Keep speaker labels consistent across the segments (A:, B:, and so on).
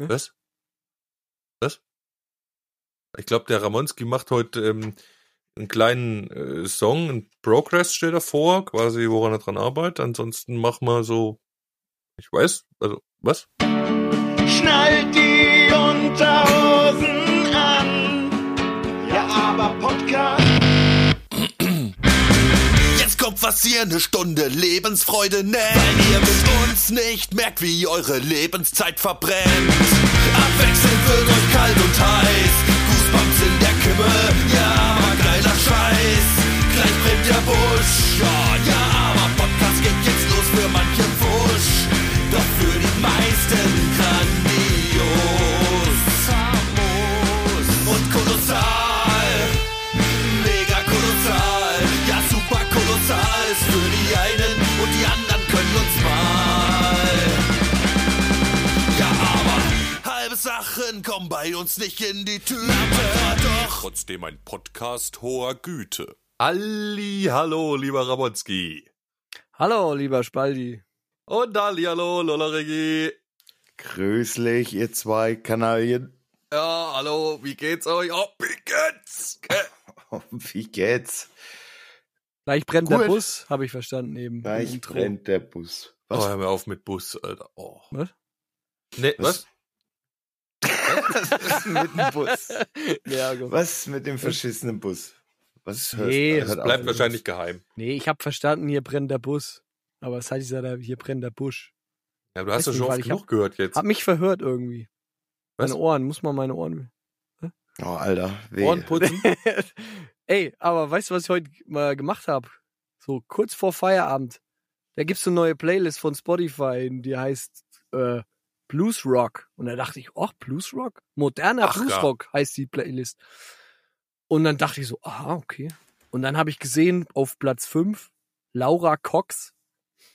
A: Ne?
B: Was? Was? Ich glaube, der Ramonski macht heute ähm, einen kleinen äh, Song, ein Progress steht davor, quasi, woran er dran arbeitet. Ansonsten mach mal so, ich weiß, also, was?
C: Schnallt die Unterhosen an. Ja, aber Podcast.
D: Jetzt kommt was hier, eine Stunde Lebensfreude nennt. Weil ihr mit uns nicht merkt, wie eure Lebenszeit verbrennt. Abwechselnd wird euch kalt und heiß. Goosebumps in der Kimme, ja, aber geiler Scheiß. Gleich brennt der Busch, ja, ja, aber Podcast geht jetzt los für manchen Wusch. Doch für die meisten grandios. Und kolossal. Mega kolossal, ja super kolossal ist für die einen und die anderen können uns mal. Ja, aber halbe Sachen kommen bei uns nicht in die Tüte. Doch
E: Trotzdem ein Podcast hoher Güte.
B: Alli, hallo, lieber Ramonski.
A: Hallo, lieber Spaldi.
B: Und Alli, hallo, Lola Regie.
F: Grüßlich, ihr zwei Kanalien.
B: Ja, hallo, wie geht's euch? Oh, wie geht's?
F: Oh, Wie geht's?
A: Gleich brennt
F: Gut.
A: der Bus, habe ich verstanden eben. Im
F: Gleich
A: Intro.
F: brennt der Bus.
B: Oh,
F: Was?
B: hör mir auf mit Bus, Alter. Oh.
A: Was?
B: Nee, was?
F: Was? Was ist denn mit dem Bus?
A: Ja, gut.
F: Was ist mit dem verschissenen Bus? Was hörst
A: Nee,
F: hört
A: also, das
F: auf
B: Bleibt
F: mit
B: wahrscheinlich geheim.
A: Nee, ich habe verstanden, hier brennt der Bus. Aber was hatte ich gesagt, hier brennt der Busch.
B: Ja, du hast
A: Weiß
B: das
A: nicht,
B: schon
A: weil
B: oft
A: ich
B: genug gehört jetzt.
A: Hab mich verhört irgendwie.
B: Was?
A: Meine Ohren, muss man meine Ohren.
F: Bus. Oh, Alter. Weh.
B: Ohren putzen?
A: Ey, aber weißt du, was ich heute mal gemacht habe? So kurz vor Feierabend. Da gibt's so eine neue Playlist von Spotify, die heißt äh, Blues Rock. Und da dachte ich, oh, Blues Rock? Moderner
B: Ach,
A: Blues
B: ja.
A: Rock heißt die Playlist. Und dann dachte ich so, aha, okay. Und dann habe ich gesehen, auf Platz 5, Laura Cox.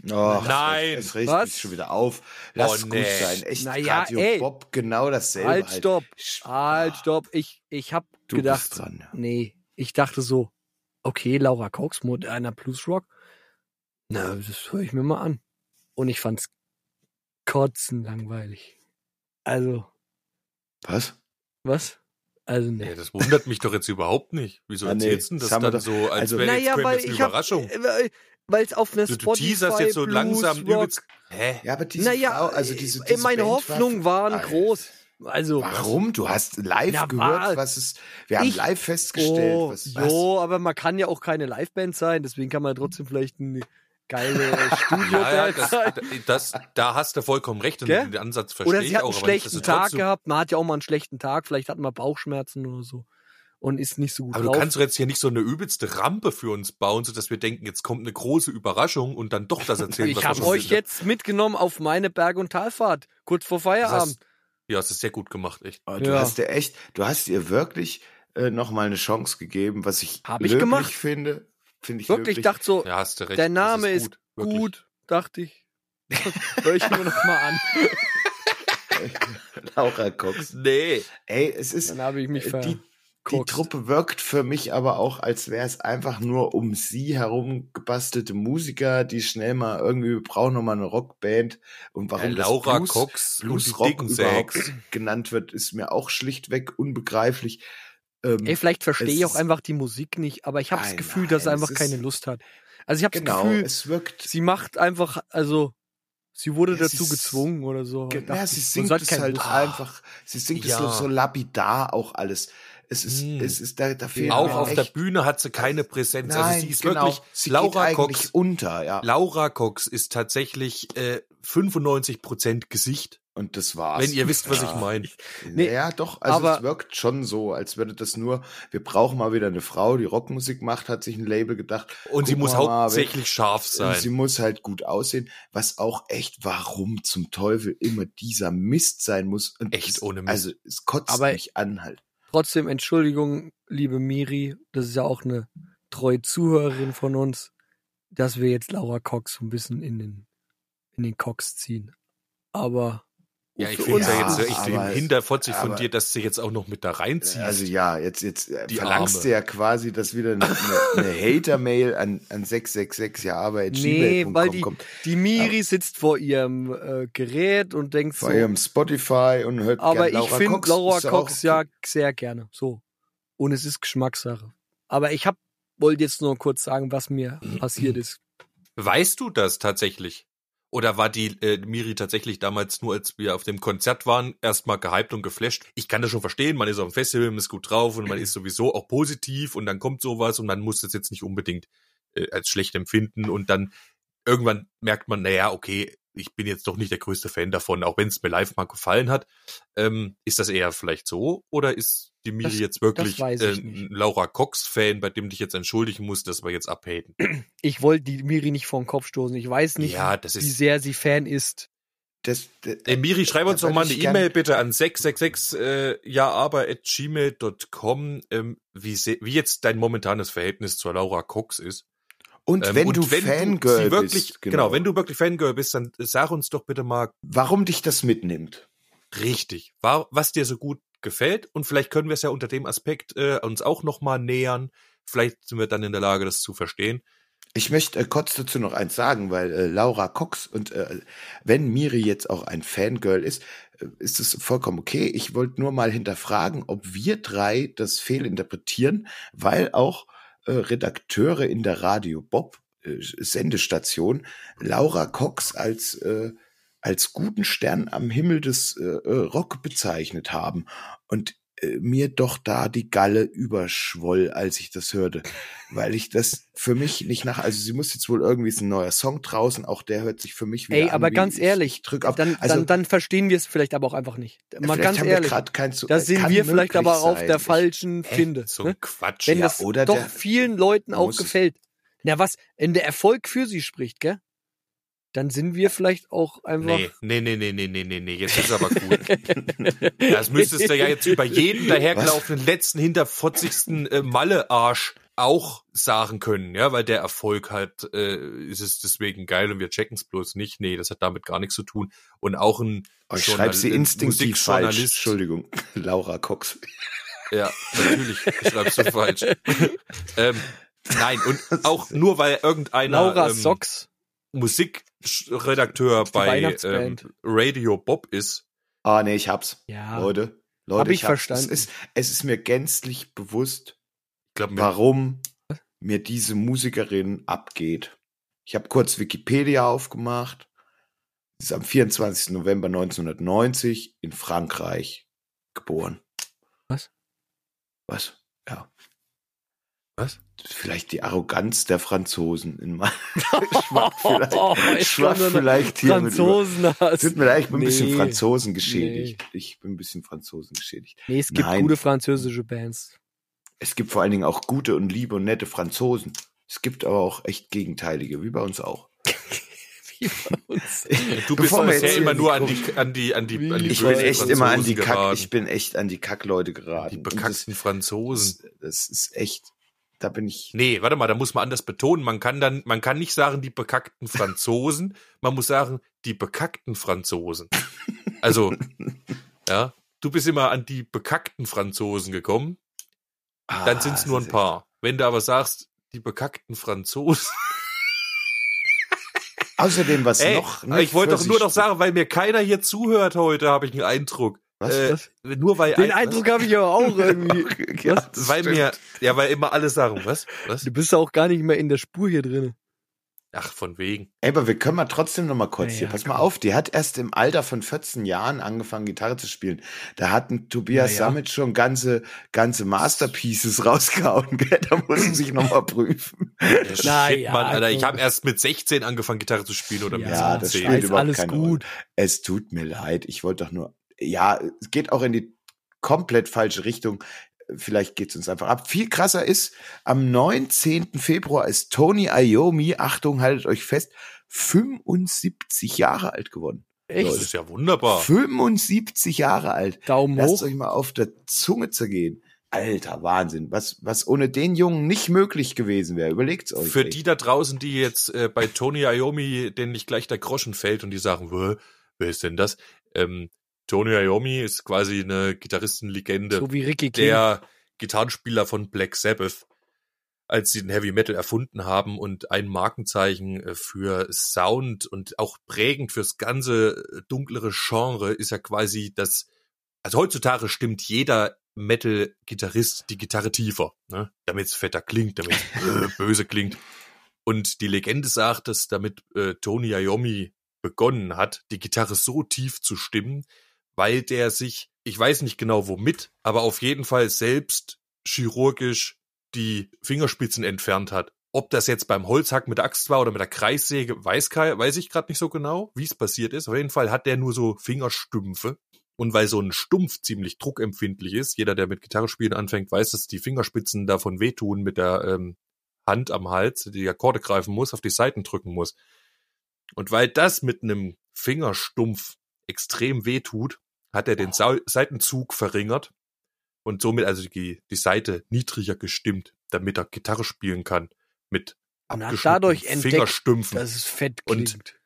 F: Oh,
B: Nein.
F: Es regt
A: Was?
F: mich schon wieder auf.
B: Oh,
F: Lass gut
B: nee.
F: sein. Echt,
A: Naja,
F: Radio
A: ey.
F: Bob, genau dasselbe.
A: Halt,
F: halt.
A: stopp.
F: Sch-
A: Halt, stopp. Ich, ich habe
F: Du
A: gedacht,
F: bist dran.
A: Nee, ich dachte so, okay, Laura Cox, moderner Bluesrock. Na, das höre ich mir mal an. Und ich fand's kotzenlangweilig. Also,
F: Was?
A: was? Also,
B: Nee,
A: nee.
B: das wundert mich doch jetzt überhaupt nicht. Wieso
F: Ah, nee,
B: erzählst du
F: das
B: das
F: haben wir
B: dann
F: doch-
B: so, als
F: also-
B: wäre jetzt, wär jetzt eine Überraschung?
A: äh, Weil es auf einer
B: du, du teaserst jetzt so langsam übelst. Hä?
F: Ja, aber diese
A: Naja,
F: Frau, also diese,
A: äh,
F: diese
A: meine
F: Band
A: Hoffnungen
F: war-
A: waren
F: Alter.
A: groß. Also,
F: Warum? Du hast live
A: Na, war-
F: gehört, was es. Wir haben
A: Ich-
F: live festgestellt,
A: oh,
F: was, was
A: jo, aber man kann ja auch keine Liveband sein, deswegen kann man trotzdem vielleicht eine
B: Ja,
A: geile
B: ja,
A: Studio-Band
B: das,
A: sein.
B: das, da hast du vollkommen recht und
A: Gell?
B: den Ansatz verstehe
A: Oder sie
B: ich
A: hat
B: auch.
A: einen
B: aber nicht, dass
A: schlechten
B: du
A: Tag
B: trotzdem-
A: gehabt. Man hat ja auch mal einen schlechten Tag. Vielleicht hat man Bauchschmerzen oder so. Und ist nicht so gut
B: Aber du
A: drauf.
B: kannst doch jetzt hier nicht so eine übelste Rampe für uns bauen, sodass wir denken, jetzt kommt eine große Überraschung und dann doch das erzählen,
A: ich
B: wir
A: habe
B: schon
A: euch
B: wissen.
A: jetzt mitgenommen auf meine Berg- und Talfahrt. Kurz vor
B: Das
A: Feierabend.
B: hast, ja, das ist sehr gut gemacht, echt.
F: Oh, du
A: Ja.
F: hast dir echt, du hast ihr wirklich äh, nochmal eine Chance gegeben, was ich
A: Hab ich
F: löblich
A: gemacht.
F: finde. Finde ich
A: Wirklich, ich dachte so,
B: Ja, hast du recht.
A: der
B: das
A: Name ist
B: gut.
A: gut,
B: wirklich.
A: dachte ich. Hör ich mir noch mal an.
F: Laura Cox.
B: Nee.
F: Ey, es ist
A: Dann habe ich mich
F: äh, die, die
A: verguckt.
F: Truppe wirkt für mich aber auch, als wäre es einfach nur um sie herum gebastelte Musiker, die schnell mal irgendwie wir brauchen noch mal eine Rockband und
B: Ja,
F: warum das
B: Laura
F: Blues,
B: Cox und die
F: Bluesrock
B: dicken Sechs.
F: überhaupt genannt wird, ist mir auch schlichtweg unbegreiflich.
A: Ey,
F: Ähm,
A: vielleicht verstehe
F: es
A: ich auch
F: ist-
A: einfach die Musik nicht, aber ich habe das
F: Nein,
A: Gefühl, dass sie
F: nein,
A: einfach
F: es ist-
A: keine Lust hat. Also ich habe das
F: genau,
A: Gefühl,
F: es wirkt
A: sie macht einfach, also sie wurde
F: Ja, sie
A: dazu
F: ist-
A: gezwungen oder so.
F: Ge-
B: Genau,
A: Dachte
F: Ja,
A: ich,
F: sie
A: man
F: singt
A: sollte
F: es
A: keine
F: halt
A: Lust haben.
F: einfach. Sie singt es
B: Ja.
F: so, so lapidar auch alles. Es ist,
B: Mm.
F: es ist, da, da fehlt
B: Auch
F: mir
B: auf
F: echt-
B: der Bühne hat sie keine Präsenz.
F: Nein,
B: also sie ist
F: genau.
B: wirklich
F: sie geht
B: Laura
F: eigentlich
B: Cox.
F: unter, ja.
B: Laura Cox ist tatsächlich äh, 95% Gesicht,
F: Und das war's.
B: wenn ihr wisst, was
F: ja.
B: ich meine.
A: Nee,
F: ja, doch, also
A: aber-
F: es wirkt schon so, als würde das nur, wir brauchen mal wieder eine Frau, die Rockmusik macht, hat sich ein Label gedacht.
B: Und sie
F: guck
B: muss
F: mal, wer-
B: hauptsächlich scharf sein.
F: Sie muss halt gut aussehen, was auch echt, warum zum Teufel immer dieser Mist sein muss. Und
B: Echt
F: das,
B: ohne Mist.
F: Also es kotzt
A: Aber-
F: mich an halt.
A: Trotzdem, Entschuldigung, liebe Miri, das ist ja auch eine treue Zuhörerin von uns, dass wir jetzt Laura Cox so ein bisschen in den, in den Cox ziehen. Aber
B: Ja, ich
A: für
B: finde
A: uns-
B: es ja jetzt
F: Ja,
B: echt
F: aber-
B: hinterfotzig von
F: aber-
B: dir, dass du jetzt auch noch mit da reinziehst.
F: Also ja, jetzt, jetzt äh,
B: Die
F: verlangst
B: Arme.
F: du ja quasi, dass wieder eine, eine, eine Hater-Mail an, an 666
A: Nee,
F: jahrearbeit.gmail.com
A: weil die,
F: kommt.
A: die Miri sitzt vor ihrem äh, Gerät und denkt so.
F: Vor ihrem Spotify und hört
A: Aber
F: gern Laura
A: ich finde
F: Cox.
A: Laura
F: Ist
A: Cox
F: auch-
A: ja sehr gerne. So. Und es ist Geschmackssache. Aber ich hab, wollte jetzt nur kurz sagen, was mir
F: Mhm.
A: passiert ist.
B: Weißt du das tatsächlich? Oder war die äh, Miri tatsächlich damals nur, als wir auf dem Konzert waren, erstmal gehypt und geflasht? Ich kann das schon verstehen, man ist auf dem Festival, man ist gut drauf und man ist sowieso auch positiv und dann kommt sowas und man muss das jetzt nicht unbedingt äh, als schlecht empfinden und dann irgendwann merkt man, naja, okay, ich bin jetzt doch nicht der größte Fan davon, auch wenn es mir live mal gefallen hat. Ähm, ist das eher vielleicht so oder ist die Miri
A: Das-
B: jetzt wirklich
A: weiß
B: äh,
A: ich
B: ein
A: nicht.
B: Laura Cox-Fan, bei dem dich jetzt entschuldigen muss, dass wir jetzt abhaten?
A: Ich wollte die Miri nicht vor den Kopf stoßen. Ich weiß nicht,
B: Ja, das
A: wie
B: ist
A: sehr sie Fan ist.
F: Das, das,
B: Ey, Miri, schreib uns
F: Äh, Da
B: doch mal eine
F: würde ich gern-
B: E-Mail bitte an 666 äh, jaaber@gmail.com, ähm, wie, se- wie jetzt dein momentanes Verhältnis zur Laura Cox ist.
F: und
B: Ähm,
F: wenn
B: und
F: du Fangirl
B: sie wirklich,
F: bist,
B: genau. wenn du wirklich Fangirl bist, dann sag uns doch bitte mal
F: warum dich das mitnimmt.
B: richtig, wa- was dir so gut gefällt und vielleicht können wir es ja unter dem Aspekt äh, uns auch noch mal nähern. Vielleicht sind wir dann in der Lage, das zu verstehen.
F: Ich möchte äh, kurz dazu noch eins sagen, weil äh, Laura Cox und äh, wenn Miri jetzt auch ein Fangirl ist, äh, ist es vollkommen okay. Ich wollte nur mal hinterfragen, ob wir drei das fehlinterpretieren, weil auch äh, Redakteure in der Radio Bob äh, Sendestation Laura Cox als äh, als guten Stern am Himmel des äh, äh, Rock bezeichnet haben und äh, mir doch da die Galle überschwoll, als ich das hörte weil ich das für mich nicht nach. Also sie muss jetzt wohl irgendwie ist ein neuer Song draußen, auch der hört sich für mich wieder
A: Ey,
F: an.
A: aber
F: wie
A: ganz
F: ich-
A: ehrlich,
F: ich drück auf.
A: Dann,
F: also, Äh,
A: dann, dann verstehen wir es vielleicht aber auch einfach nicht. Mal
F: vielleicht
A: ganz
F: haben
A: ehrlich,
F: wir grad kein zu,
A: da sind
F: kann
A: wir vielleicht
F: möglich
A: aber auf
F: sein.
A: der
F: Ich-
A: falschen
B: Hä?
A: Finde.
B: so ein
A: ne?
B: Quatsch.
A: Wenn
F: Ja,
A: das
F: oder
A: doch
F: der-
A: vielen Leuten
F: Man
A: auch
F: muss es-
A: gefällt. Na was, wenn der Erfolg für sie spricht, gell? Dann sind wir vielleicht auch einfach.
B: Nee, nee, nee, nee, nee, nee, nee, nee, jetzt ist aber gut. Das müsstest du ja jetzt über jeden dahergelaufenen letzten, hinterfotzigsten äh, Malle-Arsch auch sagen können, ja, weil der Erfolg halt, äh, ist es deswegen geil und wir checken's bloß nicht. Nee, das hat damit gar nichts zu tun. Und auch ein
F: Oh, ich
B: Journal-
F: schreibe sie
B: äh,
F: instinktiv falsch.
B: Musikjournalist-
F: Entschuldigung, Laura Cox.
B: ja, natürlich schreibst du falsch. ähm, nein, und auch nur weil irgendeiner
A: Laura
B: ähm,
A: Socks.
B: Musikredakteur
A: Die
B: bei ähm,
A: Weihnachtsband.
B: Radio Bob ist,
F: Ah, nee, ich hab's.
A: Ja.
F: Leute, Leute,
A: Hab ich
F: hab's.
A: verstanden.
F: Es ist, es ist mir gänzlich bewusst,
B: ich glaube, mir
F: warum mir diese Musikerin abgeht. Ich habe kurz Wikipedia aufgemacht. Sie ist am 24. November 1990 in Frankreich geboren.
A: Was?
F: Was? Ja.
B: Was?
F: Vielleicht die Arroganz der Franzosen in meinem schwach
A: Oh,
F: vielleicht,
A: ist
F: schwach
A: schon so eine
F: vielleicht hier mit über-
A: Franzosen hast.
F: Tut mir leid, ich bin ein bisschen
A: Nee.
F: Franzosen geschädigt. Ich bin ein bisschen Franzosen geschädigt.
A: Nee, es gibt
F: Nein.
A: gute französische Bands.
F: Es gibt vor allen Dingen auch gute und liebe und nette Franzosen. Es gibt aber auch echt gegenteilige, wie bei uns auch.
A: Wie bei uns.
B: Du bist
F: Bevor wir jetzt
B: bisher
F: hier
B: immer
F: in
B: nur
F: die
B: an die, an die, an die, an die
F: Ich bin
B: bösen
F: echt immer an
B: Franzosen
F: die Kack,
B: geraten.
F: ich bin echt an die Kackleute geraten.
B: Die bekackten
F: Und
B: Franzosen.
F: Das, das, das ist echt, da bin ich.
B: Nee, warte mal, da muss man anders betonen. Man kann dann, man kann nicht sagen, die bekackten Franzosen, man muss sagen, die bekackten Franzosen. Also, ja, du bist immer an die bekackten Franzosen gekommen, dann
F: Ah,
B: sind es nur
F: das
B: ein paar. Wenn du aber sagst, die bekackten Franzosen.
F: ist- Außerdem, was
B: Ey,
F: noch.
B: ich wollte
F: für
B: doch
F: sich
B: nur noch
F: spricht-
B: sagen, weil mir keiner hier zuhört heute, habe ich einen Eindruck.
F: Was?
B: Äh, Nur weil
A: Den
B: ein-
A: Eindruck habe ich aber auch irgendwie.
F: ja, das
B: weil
F: stimmt.
B: mir, ja, weil immer alle sagen, was? Was?
A: Du bist ja auch gar nicht mehr in der Spur hier drin.
B: Ach, von wegen.
F: Ey, aber wir können mal trotzdem noch mal kurz
A: Naja,
F: hier. Pass mal auf, die hat erst im Alter von 14 Jahren angefangen, Gitarre zu spielen. Da hatten Tobias
A: Naja.
F: Sammet schon ganze, ganze Masterpieces rausgehauen. Gell? Da muss man sich noch mal prüfen.
A: Na
B: Shit,
A: ja,
B: Mann, Alter, ich
A: also-
B: habe erst mit 16 angefangen, Gitarre zu spielen oder mit 17.
F: Ja, das
A: ist
F: spielt überhaupt
A: alles
F: keine
A: gut.
F: Es tut mir leid. Ich wollte doch nur. Ja, es geht auch in die komplett falsche Richtung. Vielleicht geht's uns einfach ab. Viel krasser ist, am 19. Februar ist Tony Iommi, Achtung, haltet euch fest, 75 Jahre alt geworden.
B: Das
A: Echt?
B: ist ja wunderbar.
F: 75 Jahre alt.
A: Daumen
F: Lasst
A: hoch.
F: euch mal auf der Zunge zergehen. Alter, Wahnsinn. Was, was ohne den Jungen nicht möglich gewesen wäre. Überlegt's euch.
B: Für
F: ey.
B: die da draußen, die jetzt äh, bei Tony Iommi, denen nicht gleich der Groschen fällt und die sagen, "Wö, wer ist denn das? Ähm, Tony Iommi ist quasi eine Gitarristenlegende,
A: So wie Ricky King.
B: der Gitarrenspieler von Black Sabbath, als sie den Heavy Metal erfunden haben und ein Markenzeichen äh, für Sound und auch prägend fürs ganze äh, dunklere Genre ist ja quasi das, also heutzutage stimmt jeder Metal-Gitarrist die Gitarre tiefer, ne? damit es fetter klingt, damit es äh, böse klingt. Und die Legende sagt, dass damit äh, Tony Iommi begonnen hat, die Gitarre so tief zu stimmen, weil der sich, ich weiß nicht genau womit, aber auf jeden Fall selbst chirurgisch die Fingerspitzen entfernt hat. Ob das jetzt beim Holzhack mit der Axt war oder mit der Kreissäge, weiß, kei- weiß ich gerade nicht so genau, wie es passiert ist. Auf jeden Fall hat der nur so Fingerstümpfe. Und weil so ein Stumpf ziemlich druckempfindlich ist, jeder, der mit Gitarre spielen anfängt, weiß, dass die Fingerspitzen davon wehtun mit der ähm, Hand am Hals, die Akkorde greifen muss, auf die Saiten drücken muss. Und weil das mit einem Fingerstumpf extrem wehtut, hat er den Sau Seitenzug verringert und somit also die, die Seite niedriger gestimmt, damit er Gitarre spielen kann mit
A: Und hat
B: abgeschnittenen
A: dadurch entdeckt,
B: Fingerstümpfen.
A: dass es fett
B: Und-
A: klingt.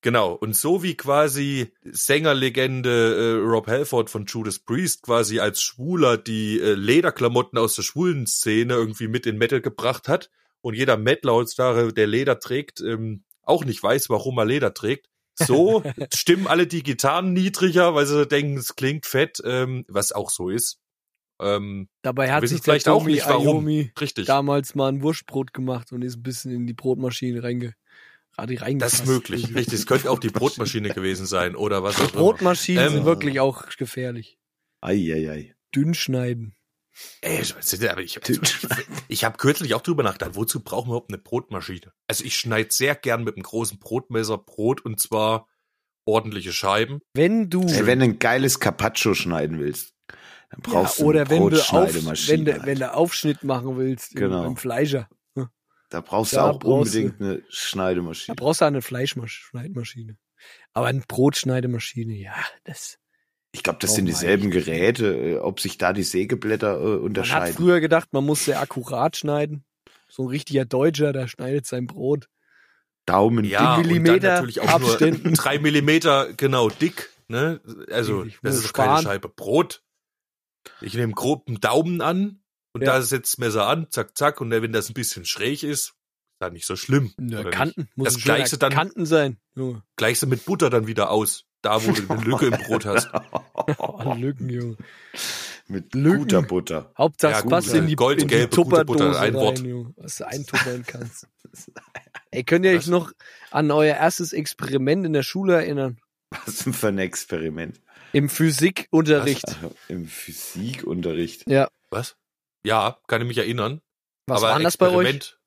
B: Genau, und so wie quasi Sängerlegende äh, Rob Halford von Judas Priest quasi als Schwuler die äh, Lederklamotten aus der schwulen Szene irgendwie mit in Metal gebracht hat und jeder Metal heutzutage, der Leder trägt, ähm, auch nicht weiß, warum er Leder trägt, so stimmen alle die Gitarren niedriger, weil sie denken, es klingt fett, ähm, was auch so ist. Ähm,
A: Dabei hat
B: wissen
A: sich der
B: vielleicht auch
A: Tommy
B: nicht, warum.
A: Iommi
B: richtig.
A: damals mal ein Wurstbrot gemacht und ist ein bisschen in die Brotmaschine reinge gerade
B: Das
A: reingefasst. Also
B: ist möglich. Richtig, es könnte auch die Brotmaschine gewesen sein oder was auch immer.
A: Brotmaschinen
B: Ähm.
A: sind wirklich auch gefährlich.
F: Eieiei.
A: Dünn schneiden.
B: Ey, Äh, ich- aber ich, ich habe kürzlich auch drüber nachgedacht, wozu brauchen wir überhaupt eine Brotmaschine? Also ich schneide sehr gern mit einem großen Brotmesser Brot und zwar ordentliche Scheiben.
A: Wenn du
F: Ey, wenn du ein geiles Carpaccio schneiden willst, dann brauchst
A: ja,
F: du eine
A: oder wenn du, auf, wenn,
F: Brotschneidemaschine.
A: du, wenn du Aufschnitt machen willst im-
F: Genau.
A: im Fleischer,
F: da brauchst
A: da
F: du auch
A: brauchst du-
F: unbedingt eine
A: da
F: Schneidemaschine.
A: brauchst du eine Fleischschneidmaschine. Aber eine Brotschneidemaschine, ja, das.
F: Ich glaube, das
A: Oh
F: sind
A: mein.
F: dieselben Geräte, äh, ob sich da die Sägeblätter äh,
A: Man hat
F: unterscheiden.
A: früher gedacht, man muss sehr akkurat schneiden. So ein richtiger Deutscher, der schneidet sein Brot.
F: Daumen
B: Ja,
A: Die
B: und dann
A: Millimeter
B: natürlich auch nur
A: Abständen.
B: drei Millimeter genau dick. Ne? Also
A: Ich
B: das
A: muss
B: ist doch keine
A: sparen.
B: Scheibe Brot. Ich nehme groben Daumen an und
A: Ja.
B: da setzt das Messer an, zack, zack. Und wenn das ein bisschen schräg ist, ist das nicht so schlimm.
A: Na,
B: oder nicht?
A: Kanten. Muss
B: Das
A: ein schöner
B: gleiche dann-
A: Kanten sein. Junge.
B: Gleichst du mit Butter dann wieder aus, da wo du eine Lücke im Brot hast.
A: Oh, Lücken, Junge.
F: Mit
A: Lücken.
F: guter Butter.
A: Hauptsache,
B: Ja,
A: es
B: gut,
A: passt in die, in die
B: goldgelbe, gute Butter,
A: Tupperdose
B: ein
A: rein,
B: Wort.
A: Junge. Dass du eintuppern kannst. Ey, könnt ihr euch noch an euer erstes Experiment in der Schule erinnern?
F: Was denn für ein Experiment? Also
A: Im Physikunterricht.
F: Im Physikunterricht.
B: Was? Ja, kann ich mich erinnern.
A: Was
B: Aber
A: war das bei euch?
B: Experiment-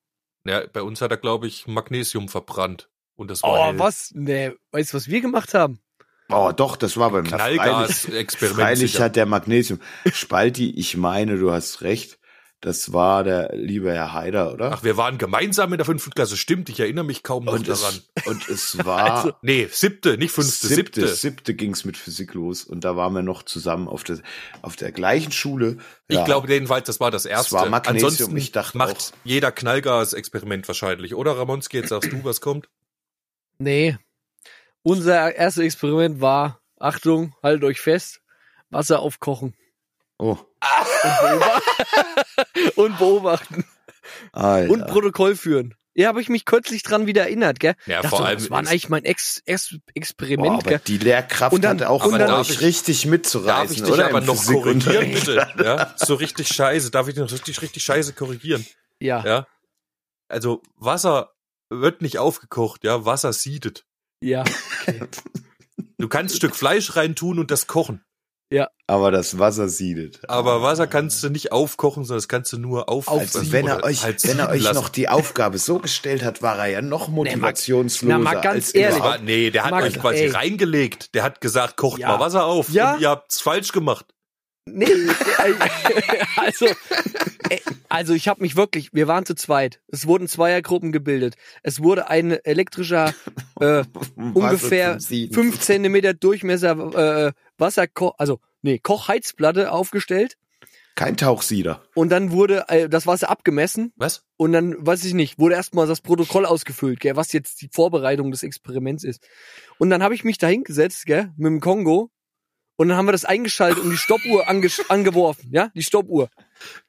B: Ja, bei uns hat er, glaube ich, Magnesium verbrannt. Und das war
A: Oh,
B: hell.
A: was? Nee, weißt du, was wir gemacht haben?
F: Oh, doch, das war beim Freilich-
B: Knallgas-Experiment.
F: Freilich
B: sicher.
F: hat der Magnesium. Spalti, ich meine, du hast recht. Das war der liebe Herr Haider, oder?
B: Ach, wir waren gemeinsam in der fünften Klasse. Stimmt, ich erinnere mich kaum noch
F: und,
B: daran.
F: es, und es war
A: Also,
B: Nee, siebte, nicht fünfte, siebte.
F: siebte, siebte ging es mit Physik los. Und da waren wir noch zusammen auf der, auf der gleichen Schule.
B: Ich
F: Ja.
B: glaube jedenfalls, das war das erste.
F: war Magnesium,
B: Ansonsten
F: ich dachte
B: macht
F: auch-
B: jeder Knallgas-Experiment wahrscheinlich. Oder Ramonski, jetzt sagst du, was kommt?
A: Nee. Unser erstes Experiment war, Achtung, haltet euch fest, Wasser aufkochen
F: Oh,
A: und beobachten
F: Alter.
A: und Protokoll führen. Ja, habe ich mich kürzlich dran wieder erinnert, gell?
B: Ja,
A: Dachte
B: vor
A: so,
B: allem
A: das war
B: ist-
A: eigentlich mein Ex Ex
F: Boah,
A: Experiment,
F: Oh, aber
A: gell?
F: die Lehrkraft
A: Und dann-
F: hat auch
B: aber
F: von
B: darf
F: euch
B: ich-
F: richtig mitzureißen,
B: Darf ich dich
F: oder?
B: aber
F: Im
B: noch korrigieren,
F: Physikunterricht.
B: bitte? Ja, so richtig scheiße. Darf ich dich noch richtig, richtig scheiße korrigieren?
A: Ja.
B: Ja. Also Wasser wird nicht aufgekocht, ja, Wasser siedet.
A: Ja.
B: Du kannst ein Stück Fleisch reintun und das kochen,
F: Aber das Wasser siedet.
B: aber Wasser kannst du nicht aufkochen, sondern das kannst du nur auf äh, halt
F: Also wenn er euch, wenn er euch noch die Aufgabe so gestellt hat, war er ja noch motivationsloser.
A: na, mal ganz
F: als
A: ehrlich.
B: das war,
F: überhaupt.
B: nee, der hat
A: Mann,
B: euch quasi
A: ey.
B: reingelegt. Der hat gesagt, kocht
A: Ja.
B: mal Wasser auf.
A: Ja.
B: Und ihr habt's falsch gemacht.
A: Nee, äh, also, äh, also ich habe mich wirklich, wir waren zu zweit. Es wurden Zweiergruppen gebildet. Es wurde ein elektrischer äh, ungefähr
F: Wasser zum Sieden.
A: fünf Zentimeter Durchmesser äh, Wasserkoch, also nee, Kochheizplatte aufgestellt
F: Kein Tauchsieder.
A: und dann wurde äh, das Wasser abgemessen
B: Was?
A: und dann, weiß ich nicht, wurde erstmal das Protokoll ausgefüllt, gell, was jetzt die Vorbereitung des Experiments ist. Und dann habe ich mich da hingesetzt, gell, mit dem Kongo Und dann haben wir das eingeschaltet und die Stoppuhr ange angeworfen, ja, die Stoppuhr.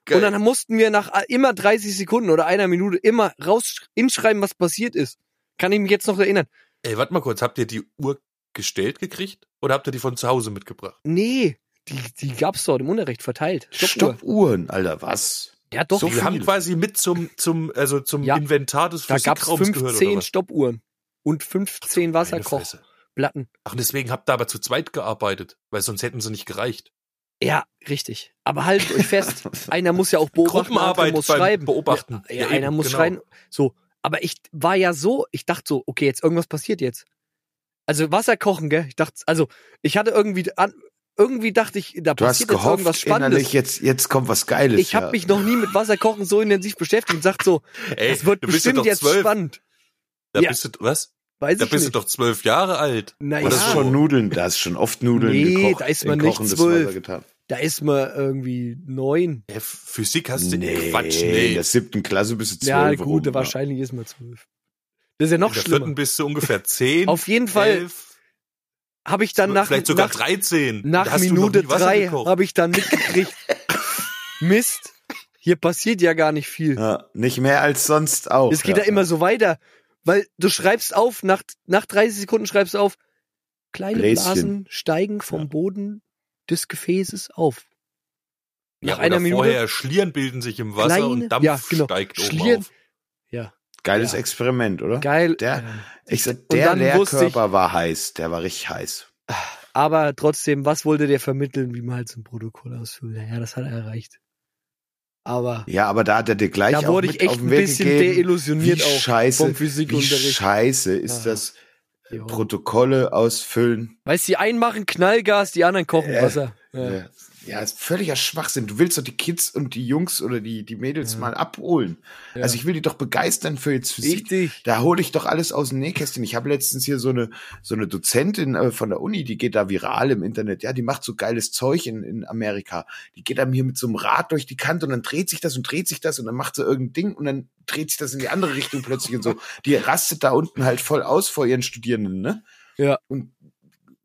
B: Geil.
A: Und dann mussten wir nach äh, immer 30 Sekunden oder einer Minute immer raus hinschreiben, was passiert ist. Kann ich mich jetzt noch erinnern.
B: Ey, warte mal kurz, habt ihr die Uhr gestellt gekriegt oder habt ihr die von zu Hause mitgebracht?
A: Nee, die, die gab's dort im Unterricht verteilt. Stoppuhr.
F: Stoppuhren, Alter, was?
A: Ja, doch,
F: So
B: Wir haben
F: viel.
B: quasi mit zum zum also zum
A: Ja.
B: Inventar des
A: da gab's
B: Physikraums gehört oder
A: 15
B: was?
A: Stoppuhren und 15
B: Meine
A: Wasserkochplatten.
B: Fresse. Ach, und deswegen habt ihr aber zu zweit gearbeitet, weil sonst hätten sie nicht gereicht.
A: Ja, richtig. Aber haltet euch fest, einer muss ja auch beobachten, der andere
B: Gruppenarbeit
A: muss
B: beim
A: schreiben.
B: Beobachten.
A: Ja,
B: Ja,
A: einer
B: eben,
A: muss
B: genau.
A: schreiben. So, aber ich war ja so, ich dachte so, okay, jetzt irgendwas passiert jetzt. Also Wasser kochen, gell? Ich dachte, also ich hatte irgendwie an, irgendwie dachte ich, da
F: Du hast
A: passiert jetzt irgendwas
F: gehofft, innerlich,
A: Spannendes.
F: jetzt, jetzt kommt was Geiles.
A: Ich habe
F: ja.
A: mich noch nie mit Wasserkochen so intensiv beschäftigt und sagt so,
B: Ey,
A: es wird
B: da bist du
A: bestimmt
B: doch
A: jetzt
B: zwölf.
A: spannend.
B: Da
A: Ja.
B: bist du was?
A: Weiß
B: Da
A: ich
B: bist du
A: nicht.
B: doch zwölf Jahre alt.
F: Oder
A: Naja.
B: Oder
F: ist
B: so.
F: schon Nudeln, da ist schon oft Nudeln
A: Ah, Nee,
F: gekocht.
A: da ist
F: in
A: man nicht
F: kochendes
A: zwölf.
F: Wasser getan.
A: Da ist man irgendwie neun.
B: Hä, Physik hast du
F: Nee,
B: Quatsch,
F: in
B: nee.
F: der siebten Klasse bist du zwölf.
A: Ja, gut,
F: rum,
A: wahrscheinlich ist man zwölf. Das ist ja
B: In
A: noch
B: der
A: schlimmer.
B: vierten bist du ungefähr zehn.
A: Auf jeden Fall
B: elf,
A: habe ich dann nach,
B: vielleicht sogar
A: nach
B: 13. Da
A: Nach
B: hast du noch
A: Minute
B: nie Wasser
A: drei
B: gekocht.
A: habe ich dann mitgekriegt, Mist, hier passiert ja gar nicht viel.
F: Ja, nicht mehr als sonst auch.
A: es geht ja.
F: ja
A: immer so weiter, weil du schreibst auf, nach, nach 30 Sekunden schreibst du auf, kleine
F: Bläschen.
A: Blasen steigen vom Boden des Gefäßes auf.
F: Oh,
B: Ja,
A: Nach einer
B: oder
A: Minute.
B: vorher Schlieren bilden sich im Wasser
A: Kleine-
B: und Dampf
A: ja, genau.
B: steigt oben
A: Schlieren-
B: auf.
F: Geiles
A: Ja.
F: Experiment, oder?
A: Geil.
F: Der- Ich sag,
A: Und
F: der
A: dann wusste ich-
F: Lehrkörper war heiß. Der war richtig heiß.
A: Aber trotzdem, was wollte der vermitteln, wie man halt so ein Protokoll ausfüllt? Naja, das hat er erreicht. Aber
F: Ja, aber da hat er dir gleich
A: da
F: auch
A: wurde
F: mit
A: ich echt
F: auf den
A: ein
F: Weg
A: bisschen
F: gegeben,
A: deillusioniert
F: wie
A: auch
F: scheiße-
A: vom
F: wie
A: Physikunterricht.
F: scheiße ist
A: Ja.
F: das,
A: Jo.
F: Protokolle ausfüllen.
A: Weißt du, die einen machen Knallgas, die anderen kochen
F: Äh,
A: Wasser. Ja.
F: Ja, ist völliger Schwachsinn. Du willst doch die Kids und die Jungs oder die, die Mädels
A: Ja.
F: mal abholen.
A: Ja.
F: Also ich will die doch begeistern für jetzt Physik.
A: Richtig.
F: Da hole ich doch alles aus dem Nähkästchen. Ich habe letztens hier so eine, so eine Dozentin äh, von der Uni, die geht da viral im Internet. Ja, die macht so geiles Zeug in, in Amerika. Die geht dann hier mit so einem Rad durch die Kante und dann dreht sich das und dreht sich das und dann macht sie irgendein Ding und dann dreht sich das in die andere Richtung plötzlich und so. Die rastet da unten halt voll aus vor ihren Studierenden, ne?
A: Ja.
F: Und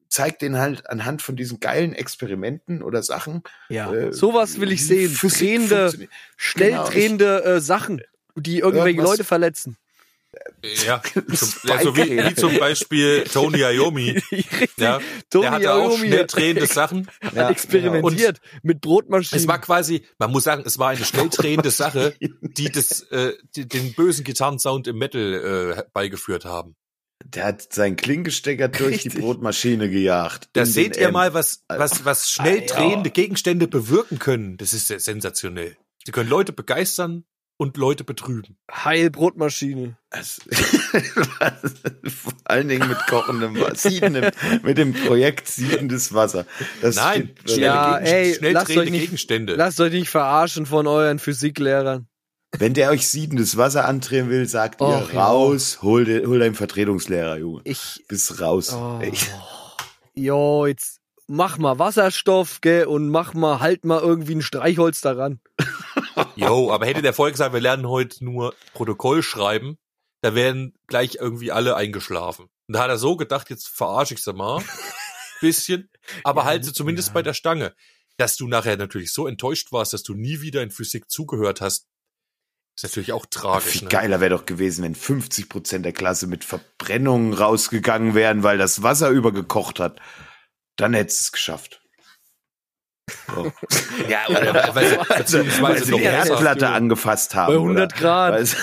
F: zeigt denen halt anhand von diesen geilen Experimenten oder Sachen.
A: Ja,
F: äh,
A: sowas will ich sehen.
F: Physik
A: drehende,
F: funktioniert.
A: schnell
F: Genau, ich-
A: drehende äh, Sachen, die irgendwelche
F: Irgendwas-
A: Leute verletzen.
B: Ja, zum,
F: Spike,
B: ja so wie,
F: ey.
B: wie zum Beispiel Tony Iommi.
A: Richtig.
B: Ja,
A: Tony
B: der hatte auch
A: Iommi
B: schnell
A: hat
B: drehende Sachen.
F: Ja, genau.
A: experimentiert mit Brotmaschinen.
B: Es war quasi, man muss sagen, es war eine schnell drehende Sache, die das, äh, die, den bösen Gitarrensound im Metal äh, beigeführt haben.
F: Der hat seinen Klinkenstecker durch die
A: Richtig.
F: Brotmaschine gejagt.
B: Da
F: In
B: seht
F: den
B: ihr
F: M.
B: mal, was,
A: Äh,
B: was,
A: ah,
B: was schnell
F: Alter.
B: drehende Gegenstände bewirken können. Das ist sehr sensationell. Sie können Leute begeistern und Leute betrüben.
A: Heil Brotmaschine.
F: Also, Vor allen Dingen mit kochendem Wasser. Siedendem, mit dem Projekt siedendes Wasser. Das
B: Nein,
F: steht,
B: schnelle
A: Ja,
B: Gegenstände-
A: ey,
B: schnell
A: lasst
B: drehende
A: euch nicht-
B: Gegenstände.
A: Lasst euch nicht verarschen von euren Physiklehrern.
F: wenn der euch siedendes Wasser andrehen will, sagt
A: Och,
F: ihr
A: ja.
F: raus, hol, de, hol deinen Vertretungslehrer, Junge.
A: Ich.
F: Bis raus.
A: Oh.
F: Ey,
A: Jo, jetzt mach mal Wasserstoff, gell, und mach mal, halt mal irgendwie ein Streichholz daran.
B: Jo, aber hätte der vorher gesagt, wir lernen heute nur Protokoll schreiben, da wären gleich irgendwie alle eingeschlafen. Und da hat er so gedacht, jetzt verarsche ich sie mal. Bisschen. Aber
A: Ja,
B: halt sie zumindest
A: ja.
B: bei der Stange. Dass du nachher natürlich so enttäuscht warst, dass du nie wieder in Physik zugehört hast, ist natürlich auch tragisch.
F: Viel
B: Ne?
F: geiler wäre doch gewesen, wenn 50 Prozent der Klasse mit Verbrennungen rausgegangen wären, weil das Wasser übergekocht hat. Dann hättest du es geschafft. So.
B: Ja, oder, weil sie,
F: weil
B: beziehungsweise
F: sie
B: doch
F: Also, die
B: besser.
F: Herdplatte angefasst haben.
A: Genau. Bei 100
F: oder?
A: Grad.
F: Weil sie-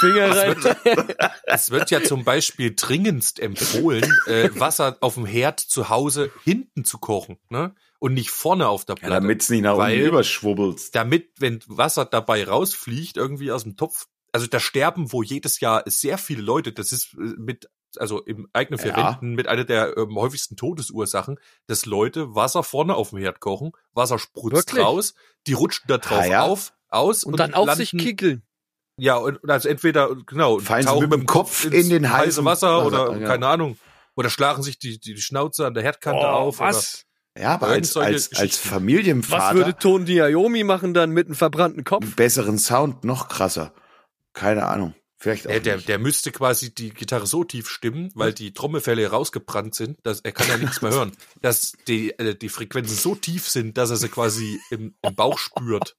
A: Finger rein.
B: Es wird ja zum Beispiel dringendst empfohlen, äh, Wasser auf dem Herd zu Hause hinten zu kochen, ne? Und nicht vorne auf der
F: Ja,
B: Platte.
F: damit es nicht nach unten
B: Weil-
F: überschwubbelst.
B: damit, wenn Wasser dabei rausfliegt, irgendwie aus dem Topf, also da sterben wo jedes Jahr sehr viele Leute, das ist äh, mit, also im eigenen vier
F: Ja.
B: Wänden mit einer der ähm, häufigsten Todesursachen, dass Leute Wasser vorne auf dem Herd kochen, Wasser sprutzt
A: Wirklich?
B: raus, die rutschen da drauf
F: Ah, ja.
B: auf, aus
A: Und dann auf sich
B: landen-
A: kickeln.
B: Ja, und, und also entweder, genau, und
F: Fallen sie mit dem Kopf
B: ins
F: in den heißen
B: heiße Wasser oder
F: Wasser, ja.
B: keine Ahnung. Oder schlagen sich die, die, die Schnauze an der Herdkante auf.
A: was?
F: Ja, aber
B: Irgend
F: als,
B: solche
F: als, als
B: Geschichten.
A: Was
F: Familienvater
A: würde Ton
F: Hm,
A: Diayomi machen dann mit einem verbrannten Kopf?
F: einen besseren Sound, noch krasser. Keine Ahnung. Vielleicht auch
B: Der, der,
F: nicht.
B: der müsste quasi die Gitarre so tief stimmen, weil die Trommelfälle rausgebrannt sind, dass er kann ja nichts mehr hören. Dass die, äh, die Frequenzen so tief sind, dass er sie quasi im, im Bauch spürt.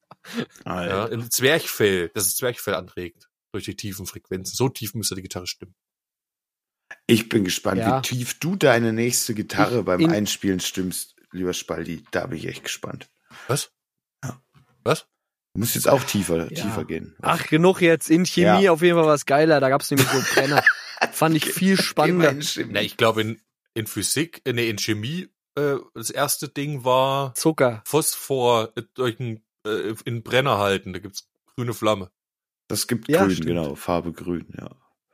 B: Ja,
F: Alter.
B: Im Zwerchfell, dass das Zwerchfell anregt. Durch die tiefen Frequenzen. So tief müsste die Gitarre stimmen.
F: Ich bin gespannt,
A: Ja.
F: wie tief du deine nächste Gitarre beim
A: in-
F: Einspielen stimmst, lieber Spaldi. Da bin ich echt gespannt.
B: Was?
F: Ja.
B: Was?
F: Muss jetzt auch tiefer,
A: Ja.
F: tiefer gehen. Also,
A: Ach, genug jetzt. In Chemie
F: Ja.
A: auf jeden Fall was geiler. Da gab's nämlich so Brenner. Fand ich viel spannender.
B: Na, ich glaube, in, in Physik, äh, nee, in Chemie, äh, das erste Ding war
A: Zucker.
B: Phosphor äh, durch ein, äh, in den Brenner halten. Da gibt's grüne Flamme.
F: Das gibt
A: Ja,
F: grün,
A: stimmt.
F: genau. Farbe grün, ja.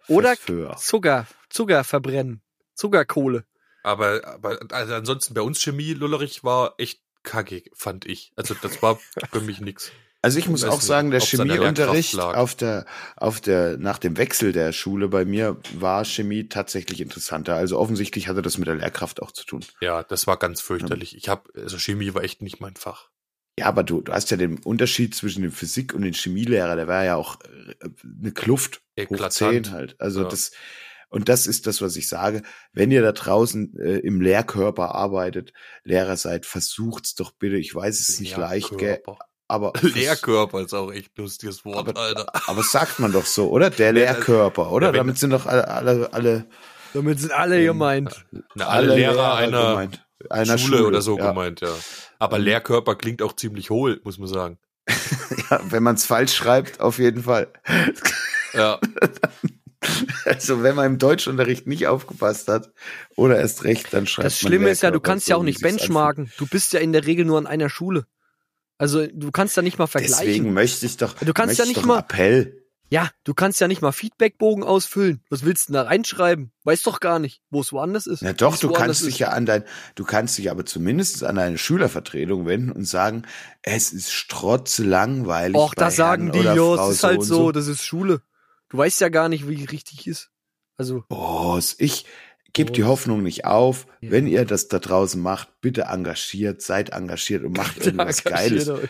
A: Oder
F: Phosphor.
A: Zucker. Zucker verbrennen. Zuckerkohle.
B: Aber, aber also ansonsten bei uns Chemie, Lullerich, war echt kacke, fand ich. Also das war für mich nix.
F: Also ich muss
B: Weiß
F: auch
B: nicht,
F: sagen, der
B: ob's an der
F: Chemieunterricht
B: Lehrkraft lag.
F: auf der, auf der, nach dem Wechsel der Schule bei mir war Chemie tatsächlich interessanter. Also offensichtlich hatte das mit der Lehrkraft auch zu tun.
B: Ja, das war ganz fürchterlich. Ich habe also Chemie war echt nicht mein Fach.
F: Ja, aber du, du hast ja den Unterschied zwischen dem Physik- und dem Chemielehrer, der war ja auch äh, eine Kluft. Hoch
B: Eklatant.
F: 10 halt. Also
B: Ja.
F: das, und das ist das, was ich sage. Wenn ihr da draußen äh, im Lehrkörper arbeitet, Lehrer seid, versucht's doch bitte. Ich weiß, es ist nicht leicht, gell?
B: Lehrkörper.
F: Aber,
B: Lehrkörper ist auch echt ein lustiges Wort,
F: Aber-
B: Alter.
F: aber das sagt man doch so, oder? Der
B: Wenn-
F: Lehrkörper, oder?
B: Ja, wenn-
F: Damit sind doch alle, alle, alle,
A: Damit sind
F: Hm.
A: alle gemeint.
B: Na, alle, Lehrer, einer
F: gemeint. einer
B: Schule, oder so
F: ja. Ähm.
B: gemeint, ja. Aber Lehrkörper klingt auch ziemlich hohl, muss man sagen.
F: Ja, wenn man es falsch schreibt, auf jeden Fall.
B: Ja,
F: Also wenn man im Deutschunterricht nicht aufgepasst hat oder erst recht, dann schreibt
A: Das
F: man
A: Schlimme ist ja, du
F: Lehrkörper,
A: kannst ja
F: so
A: auch
F: wie
A: nicht
F: sich's anfühlt.
A: benchmarken. Du bist ja in der Regel nur an einer Schule. Also du kannst da nicht mal vergleichen.
F: Deswegen möchte ich doch.
A: Du kannst
F: möchte
A: ja
F: ich
A: nicht
F: doch einen
A: mal-
F: Appell.
A: Ja, du kannst ja nicht mal Feedbackbogen ausfüllen. Was willst du denn da reinschreiben? Weiß doch gar nicht, wo es woanders ist.
F: Na doch,
A: Wie's
F: du
A: woanders
F: kannst dich
A: ist.
F: ja an dein, du kannst dich aber zumindest an deine Schülervertretung wenden und sagen, es ist strotzelangweilig.
A: Och,
F: bei
A: da sagen
F: Herrn
A: die,
F: oder
A: ja,
F: Frau
A: es ist halt
F: und
A: so, das ist Schule. Du weißt ja gar nicht, wie richtig ist. Also,
F: Oh, ich gebe
A: Oh.
F: die Hoffnung nicht auf.
A: Ja.
F: Wenn ihr das da draußen macht, bitte engagiert, seid engagiert und macht
A: da
F: irgendwas
A: engagiert
F: Geiles.
A: euch.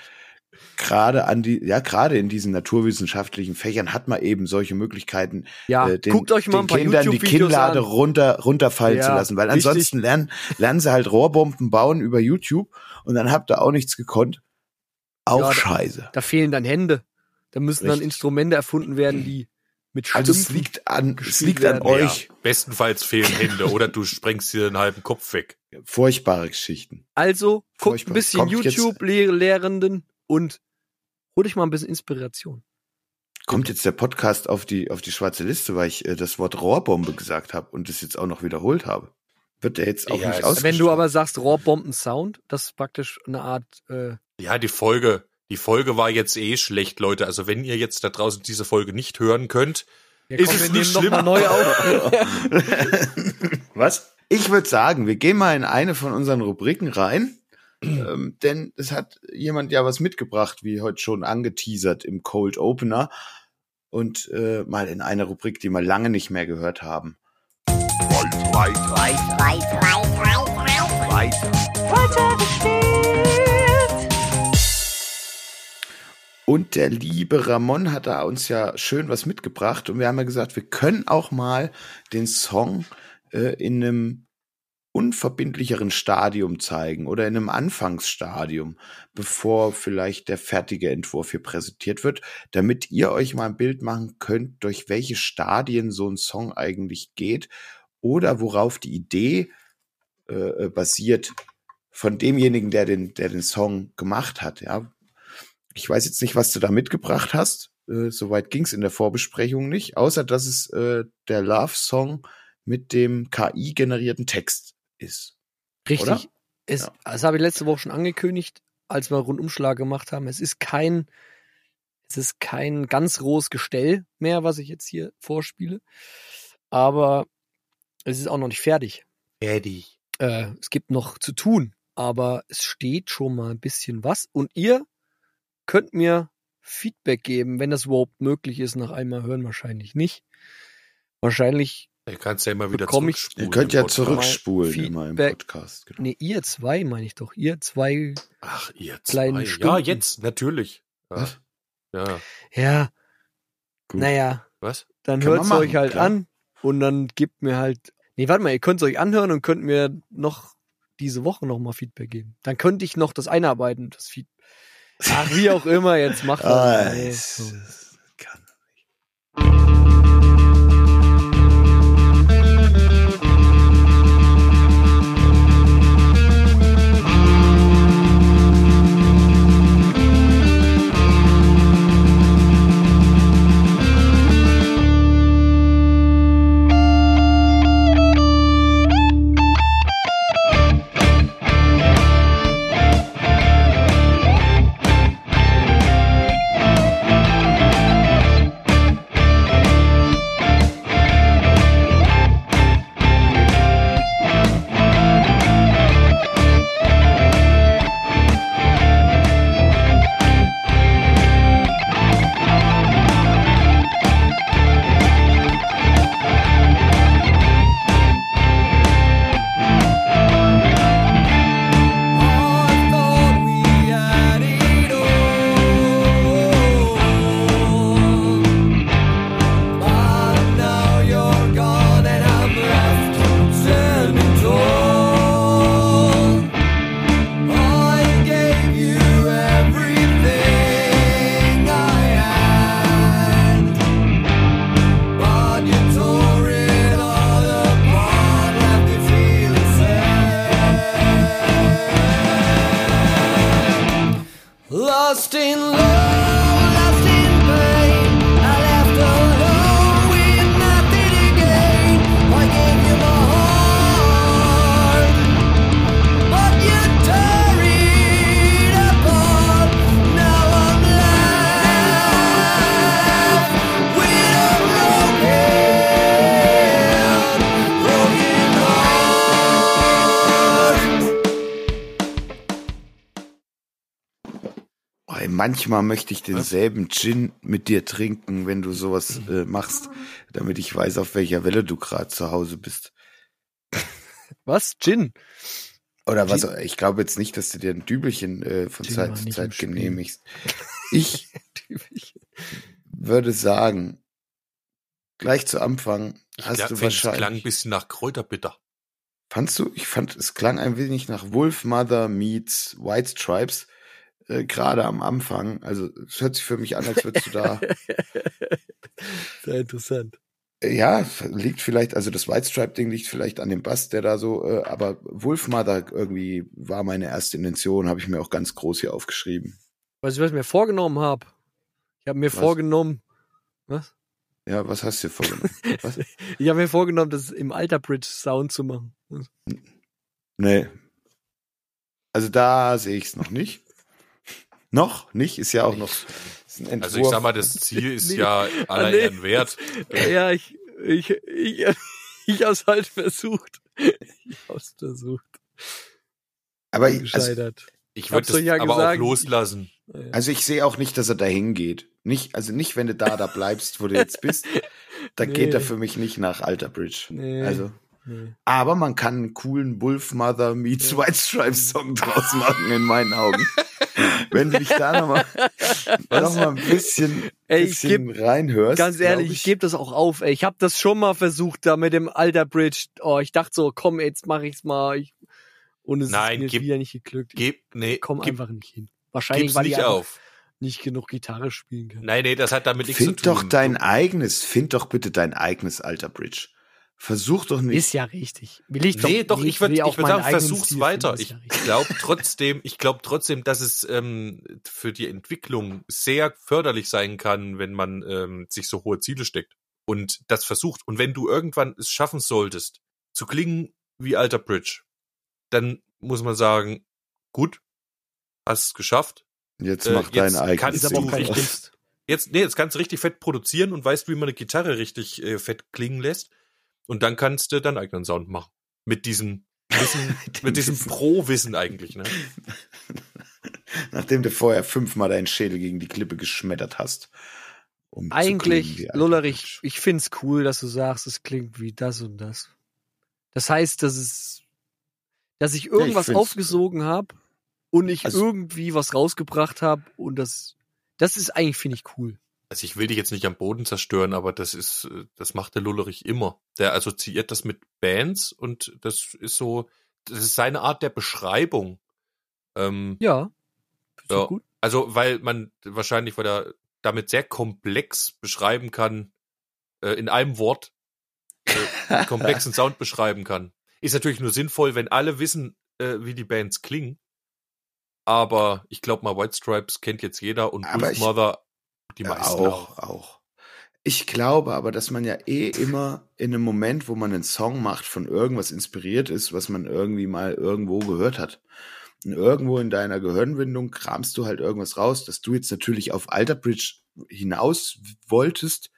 F: Gerade an die, ja, gerade in diesen naturwissenschaftlichen Fächern hat man eben solche Möglichkeiten,
A: Ja,
F: äh, den,
A: guckt euch mal
F: den
A: ein paar
F: Kindern die
A: YouTube-Videos
F: Kinnlade
A: an.
F: runter, runterfallen
A: Ja,
F: zu lassen, weil
A: richtig.
F: ansonsten lernen, lernen sie halt Rohrbomben bauen über YouTube und dann habt ihr auch nichts gekonnt. Auch
A: Ja, da-
F: scheiße.
A: Da fehlen dann Hände. Da müssen dann
F: Richtig.
A: Instrumente erfunden werden, die mit
F: Also es
A: Stümpfen-
F: liegt an, es
A: gespielt
F: liegt an
A: werden.
F: euch.
B: ja. Bestenfalls fehlen Hände oder du sprengst dir den halben Kopf weg.
F: Furchtbare Geschichten.
A: Also, guckt
F: Furchtbar.
A: ein bisschen
F: Kommt jetzt-
A: YouTube-Lehrenden und hol dich mal ein bisschen Inspiration.
F: Kommt jetzt der Podcast auf die, auf die schwarze Liste, weil ich äh, das Wort Rohrbombe gesagt habe und es jetzt auch noch wiederholt habe. Wird der jetzt auch
B: Ja,
F: nicht
B: es-
F: aus?
A: also, Wenn du aber sagst, Rohrbomben-Sound, das ist praktisch eine Art, äh,
B: Ja, die Folge, die Folge war jetzt eh schlecht, Leute. Also wenn ihr jetzt da draußen diese Folge nicht hören könnt,
A: ja,
B: Ist
A: komm,
B: es
A: wir
B: nicht
A: nehmen noch
B: schlimm?
A: mal neu auf.
F: Was? Ich würde sagen, wir gehen mal in eine von unseren Rubriken rein, ähm, denn es hat jemand ja was mitgebracht, wie heute schon angeteasert im Cold Opener und äh, mal in eine Rubrik, die wir lange nicht mehr gehört haben. Und der liebe Ramon hat da uns ja schön was mitgebracht und wir haben ja gesagt, wir können auch mal den Song äh, in einem unverbindlicheren Stadium zeigen oder in einem Anfangsstadium, bevor vielleicht der fertige Entwurf hier präsentiert wird, damit ihr euch mal ein Bild machen könnt, durch welche Stadien so ein Song eigentlich geht oder worauf die Idee äh, äh, basiert von demjenigen, der den, der den Song gemacht hat. Ja, ich weiß jetzt nicht, was du da mitgebracht hast. Äh, Soweit ging's in der Vorbesprechung nicht, außer dass es äh, der Love-Song mit dem KI-generierten Text ist.
A: Richtig.
F: Oder?
A: Es,
F: Ja.
A: Das habe ich letzte Woche schon angekündigt, als wir Rundumschlag gemacht haben. Es ist kein, es ist kein ganz rohes Gestell mehr, was ich jetzt hier vorspiele. Aber es ist auch noch nicht fertig.
B: Eddie.
A: äh, es gibt noch zu tun, aber es steht schon mal ein bisschen was. Und ihr könnt mir Feedback geben, wenn das überhaupt möglich ist, nach einmal hören wahrscheinlich nicht. Wahrscheinlich,
B: Du kannst ja immer wieder
A: Bekomm ich-
B: zurückspulen.
F: Ihr könnt ja
B: im Podcast.
F: zurückspulen
A: Feedback.
F: immer im Podcast. Genau.
A: nee, ihr zwei meine ich doch, ihr zwei,
B: Ach, ihr
A: kleinen
B: zwei. Ja,
A: Stunden.
B: jetzt, natürlich. Ja.
F: Was?
B: ja.
A: ja,
F: Gut.
A: naja,
B: Was?
A: Dann
F: Kann man
A: hört's euch
F: Hm. machen,
A: halt
F: klar.
A: an und dann gebt mir halt. Nee, warte mal, ihr könnt's euch anhören und könnt mir noch diese Woche noch mal Feedback geben. Dann könnte ich noch das einarbeiten, das Feedback. Ach, wie auch immer, jetzt macht
F: Ah,
A: das. Nee,
F: es-
A: also, so.
F: es kann.
G: Lost in love, lost in pain. I left alone with nothing to gain. I gave you my heart, but you tore it apart. Now I'm left with a broken, broken heart.
F: Ey, manchmal möchte ich denselben Gin mit dir trinken, wenn du sowas
A: Mhm.
F: äh, machst, damit ich weiß, auf welcher Welle du gerade zu Hause bist.
A: Was? Gin?
F: Oder was? Ich glaube jetzt nicht, dass du dir ein Dübelchen äh, von
A: Gin war
F: Zeit zu
A: nicht im
F: Zeit
A: Spiel.
F: genehmigst. Ich würde sagen, gleich zu Anfang hast
B: Klar,
F: du
B: find, es klang ein
F: wahrscheinlich.
B: bisschen nach Kräuterbitter.
F: Fandst du? Ich fand, es klang ein wenig nach Wolf Mother meets White Stripes. Äh, Gerade am Anfang, also es hört sich für mich an, als würdest du da
A: Sehr interessant.
F: Ja, liegt vielleicht, also das White Stripe-Ding liegt vielleicht an dem Bass, der da so, äh, aber Wolfmother irgendwie war meine erste Intention, habe ich mir auch ganz groß hier aufgeschrieben.
A: Weißt du, was ich mir vorgenommen habe? Ich habe mir
F: Was?
A: vorgenommen, was?
F: Ja, was hast du dir vorgenommen? was?
A: Ich habe mir vorgenommen, das im Alter Bridge Sound zu machen.
F: Nee. Also da sehe ich es noch nicht. Noch nicht, ist ja auch noch ist ein Entwurf.
B: Also ich sag mal, das Ziel ist
A: Nee.
B: ja aller
A: Ah, nee.
B: Ehren wert.
A: Ja, ich, ich, ich, ich hab's halt versucht. Ich hab's versucht.
F: aber ich, also,
A: Gescheitert.
B: Ich
A: Hab's
B: würde das
A: doch ja
B: aber
A: gesagt.
B: auch loslassen.
F: also ich sehe auch nicht, dass er dahin geht. Nicht, also nicht, wenn du da, da bleibst, wo du jetzt bist, da
A: Nee.
F: geht er für mich nicht nach Alter Bridge.
A: Nee.
F: Also.
A: Nee.
F: Aber man kann einen coolen Wolfmother meets White Stripes Song draus machen, in meinen Augen. Wenn du dich da nochmal noch mal ein bisschen,
A: Ey, ich
F: bisschen reinhörst.
A: Ganz
F: glaub
A: ehrlich, ich gebe das auch auf. Ey. Ich habe das schon mal versucht da mit dem Alter Bridge. Oh, ich dachte so, komm, jetzt mache ich's mal. Ich, und es
B: Nein,
A: ist mir
B: gib-
A: wieder nicht geglückt. Ich
B: Geb, nee,
A: komm
B: gib,
A: einfach nicht hin. Wahrscheinlich,
B: gib's
A: weil ich
B: nicht
A: einfach
B: auf.
A: nicht genug Gitarre spielen kann.
B: Nein, nee, das hat damit nichts
F: find
B: zu tun.
F: doch dein eigenes, find doch bitte dein eigenes Alter Bridge. Versuch doch nicht.
A: Ist ja richtig. Will ich
B: Nee, doch, ich würde
A: will
B: ich
A: auch
B: würd
A: meinen
B: sagen,
A: eigenen
B: versuch's
A: Stil
B: weiter.
A: finden, ist
B: Ich
A: ja richtig.
B: glaube trotzdem, ich glaube trotzdem, dass es ähm, für die Entwicklung sehr förderlich sein kann, wenn man ähm, sich so hohe Ziele steckt und das versucht. Und wenn du irgendwann es schaffen solltest, zu klingen wie Alter Bridge, dann muss man sagen, gut, hast es geschafft.
F: jetzt
B: äh,
F: mach
B: jetzt
F: dein eigenes
B: kannst
A: ist aber
B: du
A: auch
F: Ding
A: keine
B: richtig-
F: draus.
A: Kunst.
B: Jetzt, nee, jetzt kannst du richtig fett produzieren und weißt, wie man eine Gitarre richtig äh, fett klingen lässt. Und dann kannst du deinen eigenen Sound machen. Mit diesem Wissen,
F: Mit dem
B: mit diesem
F: Wissen.
B: Pro-Wissen eigentlich, ne?
F: Nachdem du vorher fünfmal deinen Schädel gegen die Klippe geschmettert hast. Um zu klingen
A: Eigentlich,
F: wie Alter
A: Lollerich,
F: Bridge.
A: ich find's cool, dass du sagst, es klingt wie das und das. Das heißt, dass es, dass ich irgendwas
F: find's-
A: aufgesogen habe und ich
F: Also-
A: irgendwie was rausgebracht habe und das, das ist eigentlich finde ich cool.
B: Also ich will dich jetzt nicht am Boden zerstören, aber das ist, äh, das macht der Lullerich immer. Der assoziiert das mit Bands und das ist so, das ist seine Art der Beschreibung. Ähm,
A: Ja. Ist
B: Ja.
A: doch gut.
B: Also, weil man wahrscheinlich, weil er damit sehr komplex beschreiben kann, äh, in einem Wort äh, komplexen Sound beschreiben kann. Ist natürlich nur sinnvoll, wenn alle wissen, äh, wie die Bands klingen. Aber ich glaube mal, White Stripes kennt jetzt jeder und
F: Aber
B: Wolf
F: ich-
B: Mother die
F: Ja,
B: meisten auch.
F: auch, auch. Ich glaube aber, dass man ja eh immer in einem Moment, wo man einen Song macht, von irgendwas inspiriert ist, was man irgendwie mal irgendwo gehört hat. Und irgendwo in deiner Gehirnwindung kramst du halt irgendwas raus, dass du jetzt natürlich auf Alter Bridge hinaus wolltest.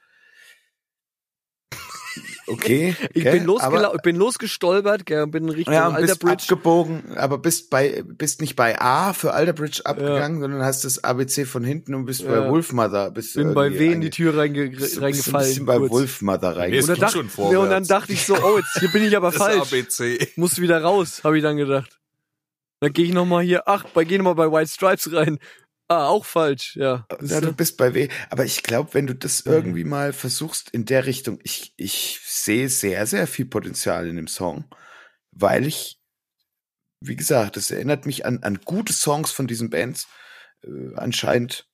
F: Okay.
A: Ich
F: gell,
A: bin,
F: aber-
A: losgela ich bin losgestolpert, gell, und bin Richtung
F: ja, und
A: Alter
F: bist
A: Bridge.
F: abgebogen, aber bist bei bist nicht bei A für Alderbridge abgegangen, sondern hast das ABC von hinten und bist bei
A: Ja.
F: Wolfmother. Bist
A: Bin bei
F: irgendwie
A: W in die
F: einge-
A: Tür reinge
F: bist du- bist du
A: reingefallen.
F: Ein bisschen bei
A: kurz.
F: Wolfmother
B: Nee, es
A: Und dann,
B: geht
F: reingegangen.
A: dacht,
B: schon
A: ja, und dann
B: vorwärts.
A: dachte ich so, oh, jetzt hier bin ich aber
B: Das
A: falsch.
B: ABC.
A: Muss wieder raus, habe ich dann gedacht. Dann gehe ich nochmal hier, ach, bei, geh nochmal bei White Stripes rein. Ah, auch falsch, ja.
F: Ja, du bist bei W. Aber ich glaube, wenn du das irgendwie mal versuchst in der Richtung, ich, ich sehe sehr, sehr viel Potenzial in dem Song, weil ich, wie gesagt, das erinnert mich an, an gute Songs von diesen Bands. Äh, anscheinend,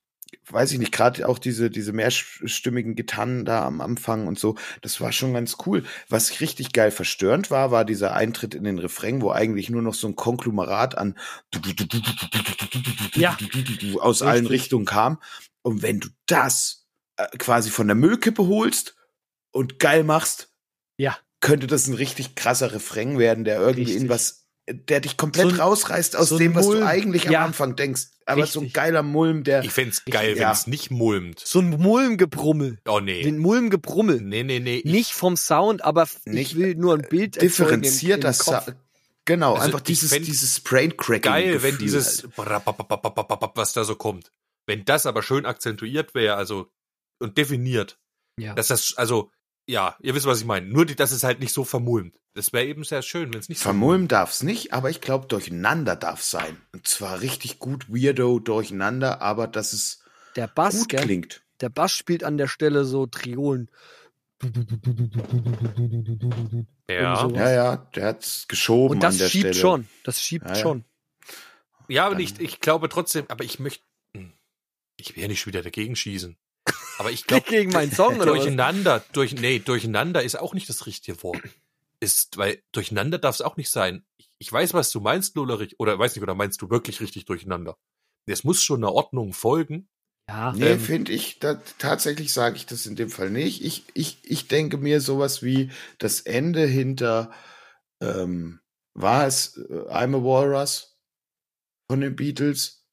F: weiß ich nicht, gerade auch diese, diese mehrstimmigen Gitarren da am Anfang und so, das war schon ganz cool. Was richtig geil verstörend war, war dieser Eintritt in den Refrain, wo eigentlich nur noch so ein Konglomerat an
A: Ja.
F: aus allen
A: Richtig.
F: Richtungen kam. Und wenn du das äh, quasi von der Müllkippe holst und geil machst,
A: Ja.
F: könnte das ein richtig krasser Refrain werden, der irgendwie in
A: Richtig.
F: was, der dich komplett
A: So ein-
F: rausreißt aus
A: so ein
F: dem, was du
A: Mulm.
F: eigentlich
A: Ja.
F: am Anfang denkst. Aber so ein
A: Richtig.
F: geiler Mulm, der
B: Ich fänd's geil,
F: Ich-
B: wenn's
F: ja.
B: nicht mulmt.
A: So ein Mulmgebrummel.
B: Oh nee.
A: Den Mulmgebrummel.
B: Nee, nee, nee.
A: Nicht vom Sound, aber f-
F: Nicht, äh,
A: ich will nur ein Bild erzeugen im-
F: differenzierter
A: im Kopf.
F: Sa- Genau,
B: Also
F: einfach
B: ich
F: dieses,
B: fänd-
F: dieses halt. brain cracking
B: geil, wenn dieses Brapapapapapapap, was da so kommt. Wenn das aber schön akzentuiert wäre, also und definiert,
A: Ja.
B: dass das also ja, ihr wisst, was ich meine. Nur, die- dass es halt nicht so vermulmt. Das wäre eben sehr schön, wenn es nicht
F: Vermulmen darf's nicht, aber ich glaube, durcheinander darf's sein. Und zwar richtig gut, weirdo, durcheinander, aber dass es
A: Der Bass,
F: gut
A: gell?
F: klingt.
A: Der Bass spielt an der Stelle so Triolen.
B: so. Ja,
A: Irgendwie so.
F: Ja, ja, der hat's geschoben
A: Und das
F: an der
A: schiebt
F: Stelle.
A: schon. Das schiebt
F: Ja, ja.
A: schon.
B: ja, aber ich, ich glaube trotzdem. Aber ich möchte, ich will ja nicht schon wieder dagegen schießen. Aber ich glaube,
A: Gegen meinen Song oder was?
B: Durcheinander, durch, nee, durcheinander ist auch nicht das richtige Wort. Ist, weil durcheinander darf es auch nicht sein. Ich, ich weiß, was du meinst, Lullerich, oder weiß nicht, oder meinst du wirklich richtig durcheinander? Es muss schon einer Ordnung folgen.
A: Ja.
F: Nee,
B: Ähm,
F: finde ich, da, tatsächlich sage ich das in dem Fall nicht. Ich, ich, ich denke mir sowas wie das Ende hinter, ähm, war es äh, I'm a Walrus von den Beatles,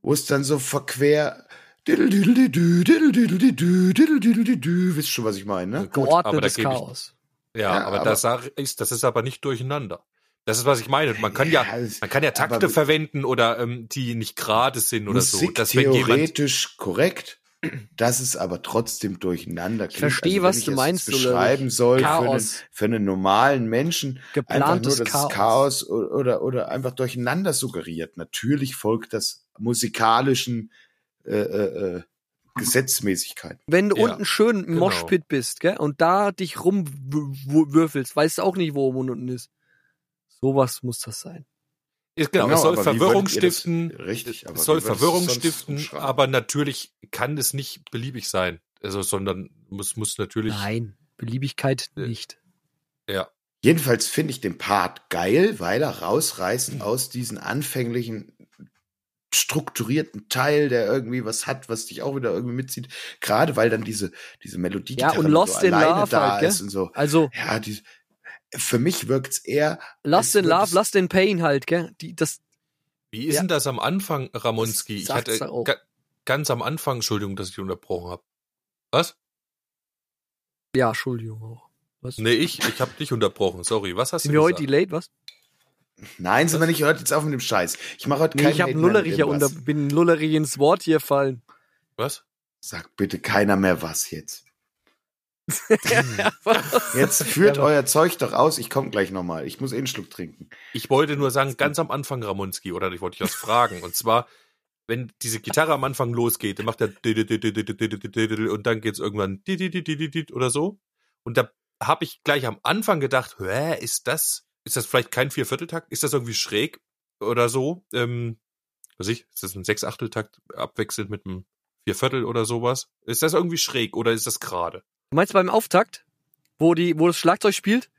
F: wo es dann so verquer, diddle-diddle-didü, diddle-diddle-didü, diddle-diddle-didü, wisst schon, was ich meine, ne?
B: Gut, aber da
A: Geordnetes
B: gebe ich,
A: Chaos.
B: ja,
F: Ja,
B: aber,
F: aber-
B: das sag- ist, das ist aber nicht durcheinander. Das ist, was ich meine. Man kann ja,
F: es-
B: man kann ja Takte
F: aber-
B: verwenden oder ähm, die nicht gerade sind oder so.
F: Musik
B: Dass wenn jemand,
F: theoretisch korrekt, das ist aber trotzdem durcheinander. klingt.
A: verstehe,
F: wenn
A: was
F: ich
A: du
F: es
A: meinst, Ulrich.
F: Beschreiben soll für einen,
A: Chaos.
F: für einen normalen Menschen. einfach nur
A: Geplantes
F: das Chaos,
A: Chaos.
F: o- oder, oder einfach durcheinander suggeriert. Natürlich folgt das musikalischen äh, äh, äh, Gesetzmäßigkeiten.
A: Wenn du
B: Ja,
A: unten schön im
B: genau.
A: Moshpit bist, gell, und da dich rumwürfelst, weißt du auch nicht, wo oben und unten ist. Sowas muss das sein.
B: ist, genau, es soll
F: aber wie
B: Verwirrung
F: würdet ihr das-
B: stiften.
F: Richtig, aber
B: es soll
F: wie würdest du
B: Verwirrung
F: sonst
B: stiften,
F: umschreiben?
B: aber natürlich kann es nicht beliebig sein. Also, sondern muss, muss natürlich.
A: Nein, Beliebigkeit nicht.
B: Ja.
F: Jedenfalls finde ich den Part geil, weil er rausreißt
A: Mhm.
F: aus diesen anfänglichen strukturierten Teil, der irgendwie was hat, was dich auch wieder irgendwie mitzieht. Gerade weil dann diese, diese Melodie
A: Ja, und Lost
F: so
A: in
F: alleine
A: Love
F: da
A: halt, gell?
F: ist und so.
A: Also,
F: Ja, die, für mich wirkt's eher
A: Lust
F: Es
A: in
F: wird-
A: Love, Lust in Pain halt, gell? Die, das,
B: Wie ist
A: Ja.
B: denn das am Anfang, Ramonski?
A: Das
B: Ich
A: sagt's
B: hatte
A: ja auch.
B: ga, ganz am Anfang, Entschuldigung, dass ich unterbrochen habe. Was?
A: ja, Entschuldigung auch. Was?
B: Nee, ich, ich habe dich unterbrochen. Sorry, was hast
A: Sind
B: du
A: wir
B: gesagt?
A: heute late, was?
F: Nein, sind wir nicht. Hört jetzt auf mit dem Scheiß. Ich mache heute
A: Nee,
F: keinen
A: ich hab
F: Hate mehr
A: Lullerich
F: mit
A: ja
F: dem
A: unter,
F: was.
A: bin Lullerich ins Wort hier fallen.
B: was?
F: Sagt bitte keiner mehr was jetzt.
A: was?
F: Jetzt führt euer Zeug doch aus. Ich komme gleich nochmal. Ich muss eh einen Schluck trinken.
B: Ich wollte nur sagen, ganz am Anfang, Ramonski, oder ich wollte dich das fragen. Und zwar, wenn diese Gitarre am Anfang losgeht, dann macht er und dann geht's irgendwann oder so. Und da habe ich gleich am Anfang gedacht, hä, ist das, ist das vielleicht kein Viervierteltakt? Ist das irgendwie schräg oder so? Ähm, was weiß ich, ist das ein Sechsachteltakt abwechselnd mit einem Vierviertel oder sowas? Ist das irgendwie schräg oder ist das gerade?
A: Du meinst beim Auftakt, wo, die, wo das Schlagzeug spielt?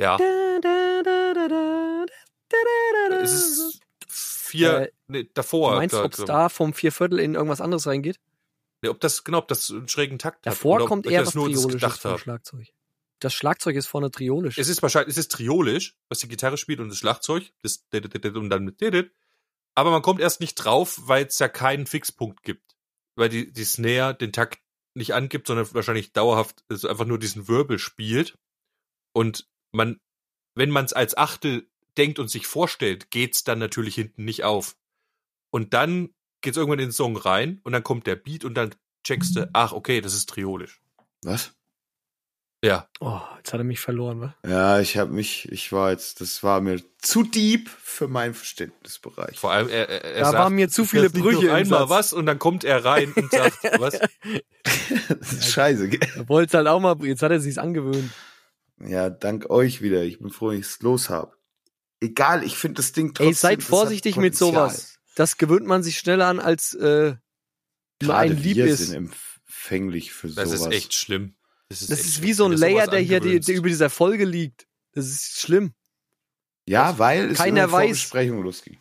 B: Ja,
A: Da, da, da, da, da, da, da, da.
B: es ist vier,
A: Äh,
B: nee,
A: du
B: davor.
A: meinst,
B: da-
A: ob es da vom Vierviertel in irgendwas anderes reingeht?
B: Nee, ob das, genau, ob das einen schrägen Takt hat.
A: Davor
B: oder
A: kommt
B: ob ich
A: eher
B: genau das
A: was
B: nur das
A: Triolisches
B: gedacht
A: vom
B: habe.
A: Schlagzeug. Das Schlagzeug ist vorne triolisch.
B: Es ist wahrscheinlich, es ist triolisch, was die Gitarre spielt und das Schlagzeug, das und dann mit aber man kommt erst nicht drauf, weil es ja keinen Fixpunkt gibt. Weil die, die Snare den Takt nicht angibt, sondern wahrscheinlich dauerhaft also einfach nur diesen Wirbel spielt. Und man, wenn man es als Achtel denkt und sich vorstellt, geht's dann natürlich hinten nicht auf. Und dann geht's irgendwann in den Song rein und dann kommt der Beat und dann checkst du, ach, okay, das ist triolisch.
F: Was?
B: Ja.
A: oh, jetzt hat er mich verloren, wa?
F: Ja, ich habe mich, ich war jetzt, das war mir zu deep für meinen Verständnisbereich.
B: Vor allem, er, er, er
A: Da
B: sagt,
A: waren mir zu viele
B: das liegt
A: Brüche
B: Noch
A: im
B: einmal
A: Satz.
B: was und dann kommt er rein und sagt, was?
F: Das ist scheiße. gell?
A: Er wollte halt auch mal, jetzt hat er sich's angewöhnt.
F: Ja, dank euch wieder. Ich bin froh, dass ich es los habe. Egal, ich finde das Ding trotzdem.
A: Ey, seid
F: das hat
A: vorsichtig mit
F: Potenzial.
A: sowas. Das gewöhnt man sich schneller an, als äh, nur
F: Gerade
A: ein Lieb
F: wir
A: ist.
F: sind empfänglich für
B: Das
F: sowas.
B: ist echt schlimm. ist,
A: Das
B: echt
A: ist
B: schlimm.
A: wie so
B: Wenn
A: ein
B: du sowas
A: Layer, der hier die,
B: angewöhnst.
A: der über dieser Folge liegt. Das ist schlimm.
F: Ja, weil es
A: Keiner
F: in
A: weiß.
F: Besprechung losging.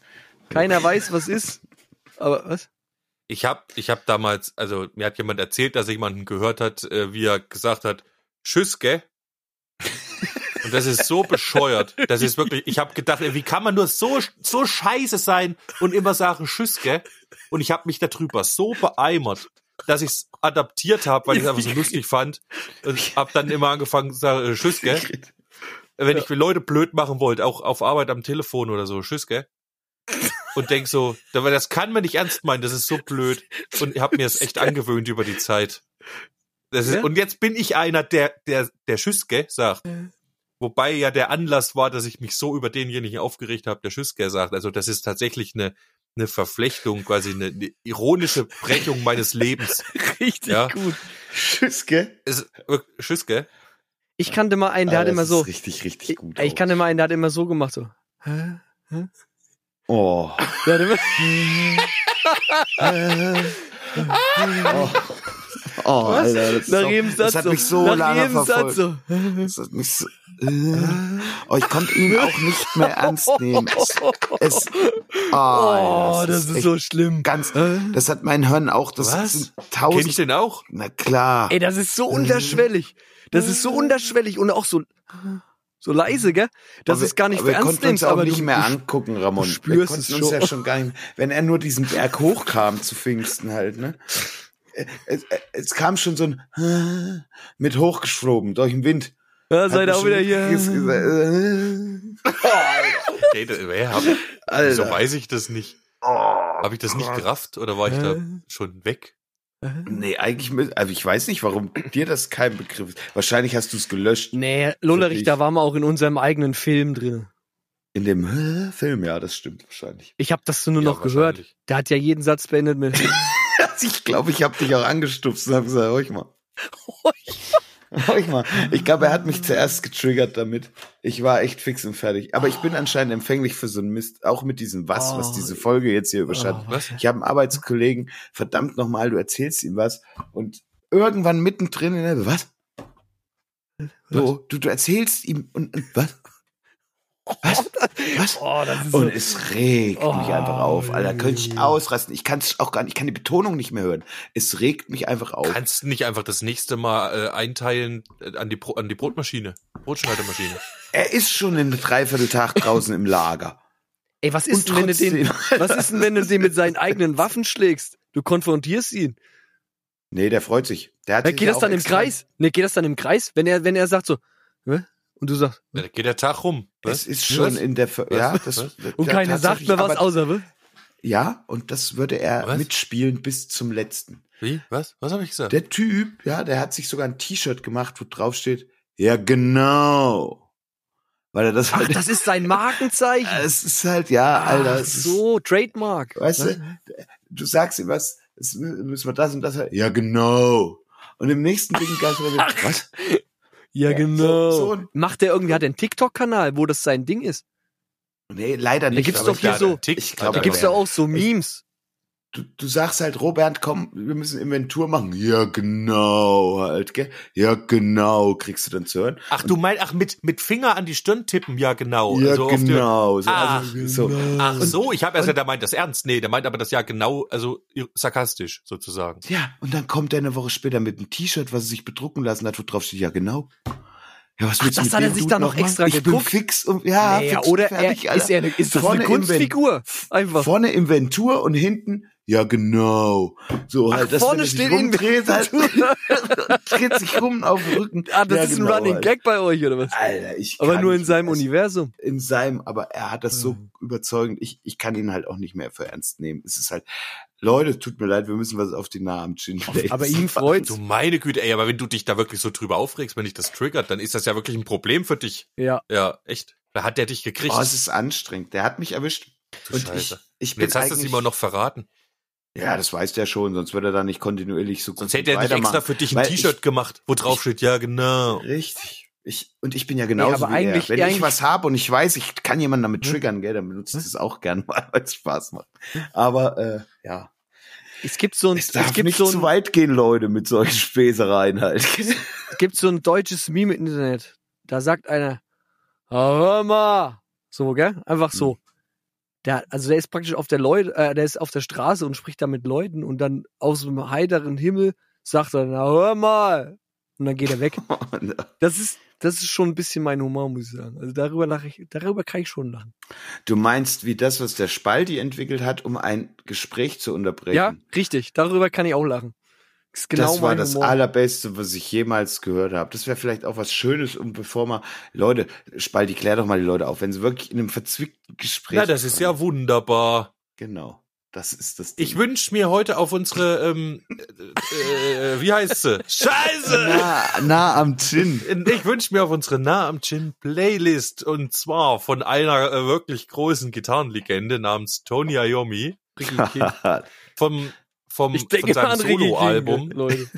A: Keiner weiß, was ist. Aber was?
B: ich habe ich hab damals, also mir hat jemand erzählt, dass er jemanden gehört hat, äh, wie er gesagt hat, tschüss, gell? Und das ist so bescheuert. Das ist wirklich, ich habe gedacht, ey, wie kann man nur so, so scheiße sein und immer sagen, tschüss, gell? Und ich habe mich darüber so beeimert, dass ich es adaptiert habe, weil ich es einfach so lustig fand. Und habe dann immer angefangen zu sagen, äh, tschüss, gell? wenn ich Leute blöd machen wollte, auch auf Arbeit am Telefon oder so, tschüss, gell? Und denk so, aber das kann man nicht ernst meinen, das ist so blöd. Und ich habe mir das echt angewöhnt über die Zeit. Das ist,
A: Ja.
B: Und jetzt bin ich einer, der, der, der Tschüss, gell, sagt. Wobei ja der Anlass war, dass ich mich so über denjenigen aufgeregt habe, der Tschüss, gell, sagt. Also das ist tatsächlich eine, eine Verflechtung, quasi eine, eine ironische Brechung meines Lebens.
A: Richtig
B: Ja.
A: gut.
F: Tschüss, gell?
B: Es- wirklich, Tschüss, gell?
A: Ich kannte mal einen, der
F: Ah,
A: hat
F: das
A: immer
F: ist
A: so.
F: Richtig, richtig
A: Ich,
F: gut.
A: ich kannte mal einen, der hat immer so gemacht. So. Hä?
F: Oh.
A: Der hat immer,
F: Oh, oh Alter, das, ist
A: nach
F: so,
A: jedem Satz
F: das hat
A: so.
F: mich so
A: nach
F: lange
A: jedem Satz
F: verfolgt.
A: so.
F: Das hat mich so, äh, oh, ich konnte ihn auch nicht mehr ernst nehmen. Es, es, oh,
A: Oh,
F: Alter,
A: das ist
F: echt
A: so schlimm.
F: ganz. Das hat mein Hirn auch. Das
B: Was?
F: sind
B: Kenn ich
F: tausend.
B: den auch?
F: Na klar.
A: Ey, das ist so
F: Äh.
A: unterschwellig. Das ist so unterschwellig und auch so, so leise, gell? Das
F: Aber
A: ist gar nicht
F: aber wir
A: für ernst
F: konnten uns
A: nimmst,
F: auch
A: aber
F: nicht
A: du,
F: mehr
A: du-
F: angucken, Ramon. wir
A: spürst
F: konnten
A: es
F: uns
A: schon.
F: ja schon gar nicht. Wenn er nur diesen Berg hochkam zu Pfingsten halt, ne? Es, es kam schon so ein mit hochgeschwoben durch den Wind.
A: Ja, seid
F: Hat äh,
A: auch
F: mir
A: wieder
F: schon ges-
A: hier.
F: gesagt, äh,
B: Hey, da- wer hab, wieso
F: Alter.
B: weiß ich das nicht? Habe ich das nicht gerafft oder war ich da schon weg?
F: Nee, eigentlich, mü- also ich weiß nicht, warum dir das kein Begriff ist. Wahrscheinlich hast du es gelöscht.
A: Nee, Lollerich,
F: dich.
A: da waren wir auch in unserem eigenen Film drin.
F: In dem Film, ja, das stimmt wahrscheinlich.
A: Ich habe das nur
B: Ja,
A: noch gehört.
B: wahrscheinlich.
A: Der hat ja jeden Satz beendet mit
F: Ich glaube, ich habe dich auch angestupst und habe gesagt, horch mal. Horch mal. Ich glaube, er hat mich zuerst getriggert damit. Ich war echt fix und fertig. Aber ich bin anscheinend empfänglich für so einen Mist. Auch mit diesem Was,
A: Oh.
F: was diese Folge jetzt hier überschattet.
A: Oh,
B: Was?
F: Ich habe einen Arbeitskollegen, verdammt nochmal, du erzählst ihm was und irgendwann mittendrin in der, was? So, du, du erzählst ihm und, und was? Was? Was?
A: Oh, das ist
F: Und es regt
A: Oh,
F: mich einfach auf, Alter. Könnte ich
A: Junge.
F: ausrasten. Ich kann es auch gar nicht, ich kann die Betonung nicht mehr hören. Es regt mich einfach auf.
B: Kannst du nicht einfach das nächste Mal äh, einteilen äh, an die, Bro an die Brotmaschine, Brotschneidermaschine?
F: Er ist schon in Dreivierteltag draußen im Lager.
A: Ey, was ist,
F: Und
A: denn, wenn du den,
F: trotzdem-
A: was ist denn, wenn du den mit seinen eigenen Waffen schlägst? Du konfrontierst ihn.
F: Nee, der freut sich. Der hat
A: Ja,
F: sich
A: geht
F: ja
A: das
F: auch
A: dann im
F: extra-
A: Kreis? Ne, geht das dann im Kreis? Wenn er, wenn er sagt so, hä? und du sagst,
B: Da geht der Tag rum.
F: Es ist schon in der, Ver ja, das,
A: und
F: ja,
A: keiner sagt
F: tatsächlich,
A: mir was
F: aber-
A: außer, wä?
F: Ja, und das würde er
B: Was?
F: mitspielen bis zum letzten.
B: Wie? Was? Was habe ich gesagt?
F: Der Typ, ja, der hat sich sogar ein T-Shirt gemacht, wo drauf steht, ja genau. Weil er das
A: Ach,
F: halt.
A: das ist sein Markenzeichen.
F: es ist halt, ja, Alter.
A: Ach,
F: es ist-
A: so, Trademark.
F: Weißt
A: Ne?
F: du, du sagst ihm was, es mü- müssen wir das und das. Ja, genau. Und im nächsten Ding gleich wieder, was?
A: Ja,
F: Ja,
A: genau.
F: so- so ein-
A: Macht der irgendwie, hat er einen TikTok-Kanal, wo das sein Ding ist?
F: Nee, leider
A: Da
F: nicht.
A: gibt's
F: aber
A: doch hier
F: ich-
A: so-
F: Ich glaube,
A: Da gibt's ja auch so Memes.
F: du, du sagst halt, Robert, komm, wir müssen Inventur machen. Ja, genau, halt, gell? Ja, genau, kriegst du dann zu hören.
B: Ach, du meinst, ach, mit, mit Finger an die Stirn tippen, ja,
A: Oh,
B: genau.
F: ja,
B: Also auf die-
F: genau. So,
B: Ah,
F: so.
B: Ach so, ich habe erst gedacht, der meint das ernst. Nee, der meint aber das ja genau, also ir- sarkastisch sozusagen.
F: Ja, und dann kommt er eine Woche später mit einem T-Shirt, was er sich bedrucken lassen hat, wo drauf steht, ja, genau. Ja, was willst du
A: das
F: mit
A: hat er
F: dem
A: sich
F: Dude
A: dann noch
F: machen?
A: extra
F: ich
A: geguckt?
F: Bin fix und, ja,
A: Naja,
F: Ah, fix und
A: oder er,
F: fertig, Alter.
A: ist, er, ist das
F: Vorne
A: eine Kunstfigur? Einfach.
F: Vorne Inventur und hinten, ja genau. So
A: Ach,
F: halt, dass
A: vorne
F: wenn er sich
A: steht
F: rumdreht, halt, dreht sich rum auf dem Rücken.
A: ah, das
F: ja,
A: ist
F: genau,
A: ein Running
F: Alter.
A: Gag bei euch, oder was?
F: Alter, ich
A: Aber
F: kann
A: nur in
F: nicht
A: seinem
F: mehr.
A: Universum.
F: In seinem, aber er hat das so überzeugend. Ich, ich kann ihn halt auch nicht mehr für ernst nehmen. Es ist halt, Leute, tut mir leid, wir müssen was auf die Namen schinden.
A: Aber ihm freut's.
B: Du meine Güte, ey, aber wenn du dich da wirklich so drüber aufregst, wenn dich das triggert, dann ist das ja wirklich ein Problem für dich.
A: Ja.
B: Ja, echt. Da hat der dich gekriegt.
F: Oh,
A: Ah,
F: es ist anstrengend. Der hat mich erwischt.
B: Du
F: Und ich,
B: Scheiße.
F: ich
B: Und
F: bin
B: Jetzt hast du es
F: eigentlich-
B: ihm auch noch verraten.
F: Ja, das weiß der schon, sonst würde er da nicht kontinuierlich so gut
B: Sonst hätte er nicht
F: weitermachen.
B: extra für dich ein
F: Weil ich-
B: T-Shirt gemacht, wo drauf
F: ich-
B: steht, ja, genau.
F: Richtig. Ich, und ich bin ja genauso
A: aber
F: wie
A: eigentlich-
F: er. Wenn
A: eigentlich- Hm?
F: ich was habe und ich weiß, ich kann jemanden damit triggern, gell, dann benutze ich das auch gern mal, weil es Spaß macht. Aber äh, ja,
A: Es gibt so ein,
F: es
A: Hm? es,
F: darf
A: gibt
F: nicht
A: so
F: zu
A: ein,
F: weit gehen, Leute, mit solchen Späßereien halt.
A: es gibt so ein deutsches Meme im Internet. Da sagt einer, "Ah, hör mal. So, gell? Einfach
F: Hm.
A: so. Der, also der ist praktisch auf der Leute, äh, der ist auf der Straße und spricht da mit Leuten und dann aus dem heiteren Himmel sagt er, na hör mal. Und dann geht er weg. Das ist, das ist schon ein bisschen mein Humor, muss ich sagen. Also darüber lache ich, darüber kann ich schon lachen.
F: du meinst, wie das, was der Spalti entwickelt hat, um ein Gespräch zu unterbrechen?
A: Ja, richtig. Darüber kann ich auch lachen. Das ist genau
F: das war
A: mein
F: das
A: Humor.
F: allerbeste, was ich jemals gehört habe. Das wäre vielleicht auch was Schönes und bevor man Leute, Spalti, klär doch mal die Leute auf, wenn sie wirklich in einem verzwickten Gespräch.
B: Na, das ist ja wunderbar.
F: genau. Das ist das.
B: Ich
F: Ding.
B: wünsch mir heute auf unsere, ähm, äh, äh, wie heißt sie? Scheiße!
F: nah, nah am Chin.
B: Ich wünsch mir auf unsere Nah am Chin Playlist und zwar von einer äh, wirklich großen Gitarrenlegende namens Tony Iommi vom vom
A: Ich
B: von
A: denke mal
B: seinem
A: an Ricky King,
B: Soloalbum
A: Leute.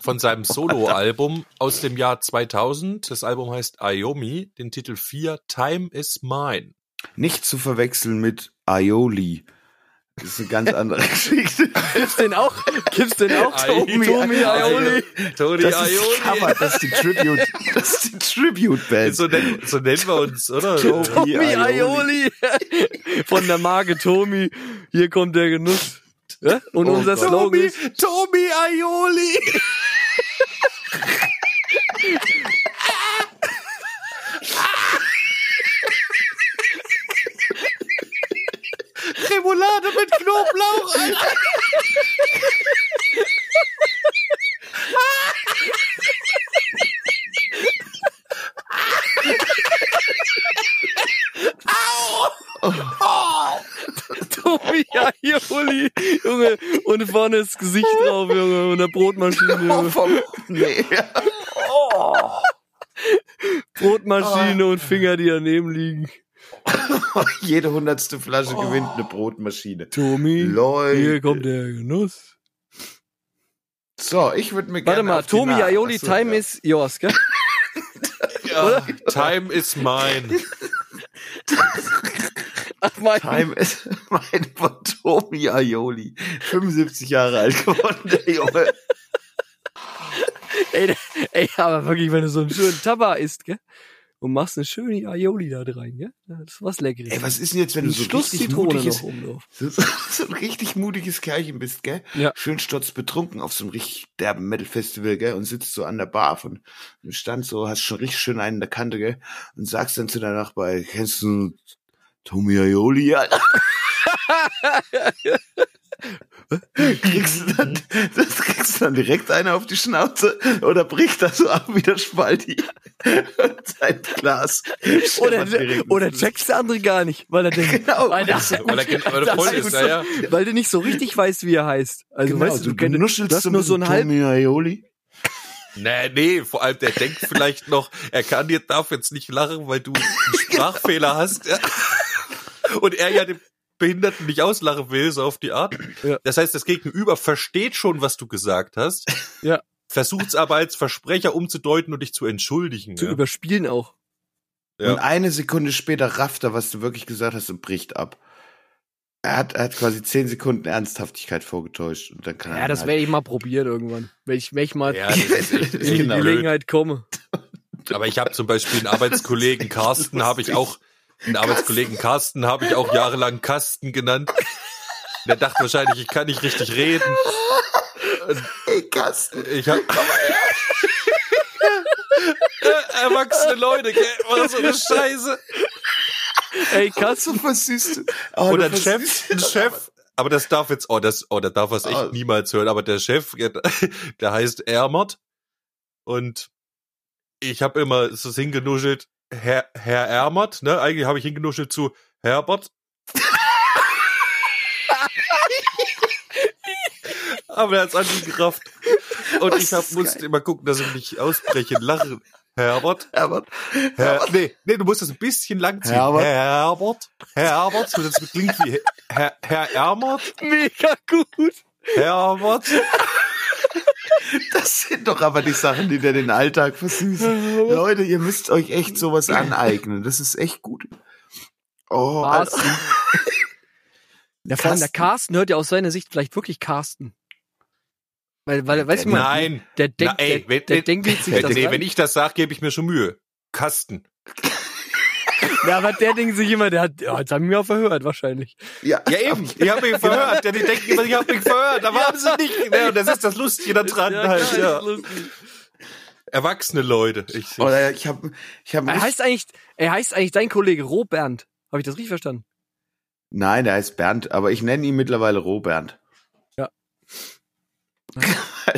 B: von seinem Soloalbum aus dem Jahr 2000. Das Album heißt Iommi, den Titel 4 Time is Mine.
F: Nicht zu verwechseln mit Aioli. Das ist eine ganz andere Geschichte.
A: Gibt's den auch? Gibt's den auch?
B: Ai-
A: Tommy Aioli.
B: Tony
F: Das ist das Cover, das ist die Tribute, das ist die Tribute-Band.
B: So nennen, so nennen wir uns, oder?
A: Tommy Aioli. Von der Marke Tommy. Hier kommt der Genuss. Ja? Und
B: Oh
A: unser Slogan ist
B: Tommy Aioli. Remoulade mit Knoblauch. Alter.
A: Tommy Aioli. Junge, und vorne ist Gesicht drauf, Junge. Und der Brotmaschine, Junge.
F: Oh, nee. Oh.
A: Brotmaschine und Finger, die daneben liegen.
F: Jede hundertste Flasche gewinnt eine Brotmaschine.
A: Tommy,
F: Leute.
A: Oh. hier kommt der Genuss.
F: So, ich würde mir
A: Warte
F: gerne
A: mal,
F: auf die
A: Tommy
F: Nah-
A: Aioli,
F: Achso,
A: Time
F: ja.
A: is yours, gell?
B: Ja, time is mine.
A: Ach, mein,
F: Time is mein von Tommy Aioli. 75 Jahre alt geworden, der Junge.
A: Ey, der- ey, aber wirklich, wenn du so einen schönen Tabak isst, gell? Und machst eine schöne Aioli da rein, gell? Das ist was Leckeres.
F: Ey, was ist denn jetzt, wenn du
A: Ein
F: so
A: Schluss
F: richtig
A: Zitrone
F: mutiges,
A: noch oben drauf.
F: so, so, so ein richtig mutiges Kerlchen bist, gell?
A: Ja.
F: Schön stolz betrunken auf so einem richtig derben Metal-Festival, gell? Und sitzt so an der Bar von dem Stand so, hast schon richtig schön einen in der Kante, gell? Und sagst dann zu deiner Nachbar, kennst du Tommy Aioli? Ja. kriegst du dann, das kriegst du dann direkt einer auf die Schnauze oder bricht das so ab wie der Spalti Und sein Glas.
A: Oder,
F: scheppert direkt ins
A: oder
F: Glas.
A: checkst der andere gar nicht, weil er denkt,
F: Genau.
A: weil, der,
B: Weil er gen- weil er voll ist, ja, ja.
A: weil du nicht so richtig weißt, wie er heißt. Also
F: Genau,
A: weißt du,
F: du,
A: du, kennst-
F: nuschelst
A: du hast
F: so
A: nur so einen halben,
F: Tommy Aioli.
B: Nee, nee, vor allem der denkt vielleicht noch, er kann dir darf jetzt nicht lachen, weil du einen Sprachfehler
A: Genau.
B: hast. Und er ja den Behinderten nicht auslachen will, so auf die Art.
A: Ja.
B: Das heißt, das Gegenüber versteht schon, was du gesagt hast.
A: Ja.
B: Versucht es aber als Versprecher umzudeuten und dich zu entschuldigen.
A: Zu
B: ja.
A: überspielen auch.
B: Ja.
F: Und eine Sekunde später rafft er, was du wirklich gesagt hast und bricht ab. Er hat, er hat quasi zehn Sekunden Ernsthaftigkeit vorgetäuscht und dann kann
A: Ja,
F: er. halt
A: das
F: wäre
A: werde ich mal probieren irgendwann. Wenn ich, wenn ich mal
B: halt. Ja, das ist echt,
A: in die
B: genau.
A: Gelegenheit komme.
B: Aber ich habe zum Beispiel einen Arbeitskollegen Carsten, habe ich auch, einen Arbeitskollegen Carsten habe ich auch jahrelang Kasten genannt. Der dachte wahrscheinlich, ich kann nicht richtig reden.
F: Ey, Carsten,
B: Ich hab. Ja, Erwachsene Leute, gell? Was so eine Scheiße.
A: Ey,
F: so
A: Carsten,
F: versüßt Oh, du.
B: Oder ein Chef, ein Chef. Aber das darf jetzt, oh, das, oh, da darf was echt
F: Ah.
B: niemals hören. Aber der Chef, ja, der heißt Ermert. Und ich habe immer es ist hingenuschelt, Herr, Herr Ermert, ne? Eigentlich habe ich hingenuschelt zu Herbert. Aber er hat's angekraft. Und ich hab, musste immer gucken, dass ich nicht ausbreche und lache. Herbert.
F: Herbert.
B: Herr, nee, nee, du musst das ein bisschen langziehen.
F: Herbert.
B: Herbert. Herbert. So, das klingt wie Herr, Herr Ermert.
A: mega gut.
B: Herbert.
F: Das sind doch aber die Sachen, die dir den Alltag versüßen. Leute, ihr müsst euch echt sowas aneignen. Das ist echt gut. Oh,
A: Carsten.
F: Alter.
A: Ja, vor allem der
F: Carsten.
A: Carsten hört ja aus seiner Sicht vielleicht wirklich Carsten. Weil, weil, weißt du mal,
B: Nein.
A: der denkt,
B: Na, ey,
A: der,
B: wenn-
A: der
B: wenn-
A: denkt sich
B: Nee,
A: das rein.
B: wenn ich das sage, gebe ich mir schon Mühe. Kasten.
A: Ja, aber der denkt sich immer, der hat, ja, jetzt haben wir auch verhört wahrscheinlich.
F: Ja,
B: Ja, eben. Ich habe mich verhört. Ja, die denken immer, ich habe mich verhört. Aber haben sie nicht. Ja, und das ist das Lustige daran.
A: Ja,
B: halt,
A: klar, ist
B: ja.
A: lustig.
B: Erwachsene Leute. Ich,
A: Oh.
F: Oder Oh, ich habe ich hab
A: Er Äh, heißt eigentlich, er heißt eigentlich dein Kollege Robert. Habe ich das richtig verstanden?
F: Nein, der heißt Bernd, aber ich nenne ihn mittlerweile Robert. Also,
A: Ja.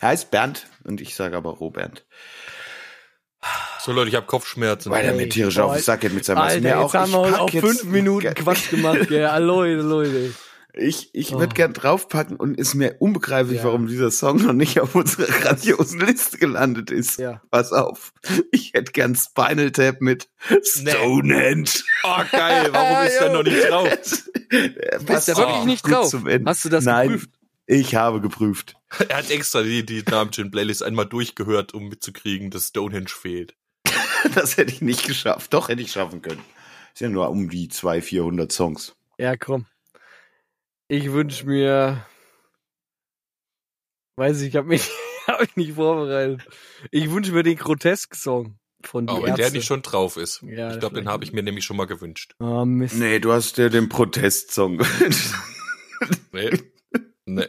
F: er heißt Bernd und ich sage aber Robert.
B: so Leute, ich habe Kopfschmerzen.
F: Weil er
A: Ey,
F: mir tierisch auf den
A: Alter.
F: Sack geht mit seinem Messer.
A: Alter,
F: Mir
A: jetzt haben wir
F: ich
A: heute
F: pack
A: auch
F: jetzt-
A: fünf Minuten Quatsch gemacht. Ja, Leute, Leute.
F: Ich, ich
A: Oh.
F: würde gern draufpacken und ist mir unbegreiflich,
A: Ja.
F: warum dieser Song noch nicht auf unserer grandiosen Liste gelandet ist.
A: Ja.
F: Pass auf. Ich hätte gern Spinal Tap mit Stonehenge.
B: Oh, geil. Warum ist der noch nicht drauf?
F: Bist
A: Ist er wirklich nicht drauf?
F: Zum Ende.
A: Hast du das
F: Nein,
A: geprüft?
F: ich habe geprüft.
B: Er hat extra die, die Namen Gin Playlist einmal durchgehört, um mitzukriegen, dass Stonehenge fehlt.
F: Das hätte ich nicht geschafft. Doch, hätte ich schaffen können. Ist ja nur um die 200, 400 Songs.
A: Ja, komm. Ich wünsch mir. Weiß ich, ich habe mich hab ich nicht vorbereitet. Ich wünsch mir den Grotesk-Song von die
B: Oh, Aber wenn
A: Ärzte.
B: der nicht schon drauf ist.
A: Ja,
B: ich glaube, den
A: vielleicht.
B: habe ich mir nämlich schon mal gewünscht.
A: Ah, Mist.
F: Nee, du hast dir den Protestsong gewünscht.
B: Nee. nee.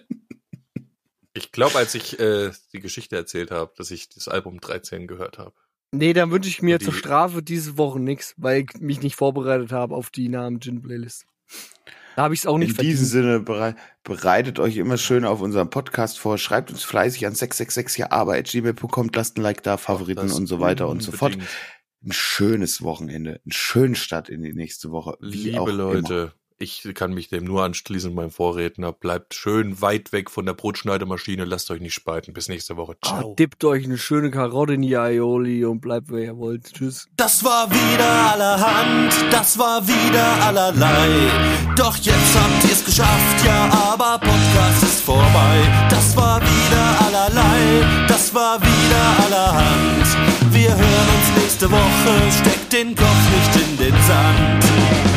B: Ich glaube, als ich äh, die Geschichte erzählt habe, dass ich das Album 13 gehört habe.
A: Nee, dann wünsche ich mir
B: Die-
A: zur Strafe diese Woche nix, weil ich mich nicht vorbereitet habe auf die Namen Gin Playlist. Da habe ich es auch nicht
F: In diesem
A: verdient.
F: Sinne, berei bereitet euch immer schön auf unseren Podcast vor, schreibt uns fleißig an 666jahaber.gmail.com, lasst ein Like da, Favoriten
B: Das
F: und so weiter und so fort.
B: unbedingt.
F: Ein schönes Wochenende, einen schönen Start in die nächste Woche. wie auch
B: Liebe Leute, ich kann mich dem nur anschließen, meinem Vorredner. Bleibt schön weit weg von der Brotschneidemaschine. Lasst euch nicht spalten. Bis nächste Woche. Ciao.
A: Oh, dippt euch eine schöne Karotte in die Aioli und bleibt, wer ihr wollt. Tschüss.
D: Das war wieder allerhand, das war wieder allerlei. Doch jetzt habt ihr's geschafft, ja, aber Podcast ist vorbei. Das war wieder allerlei, das war wieder allerhand. Wir hören uns nächste Woche, steckt den Kopf nicht in den Sand.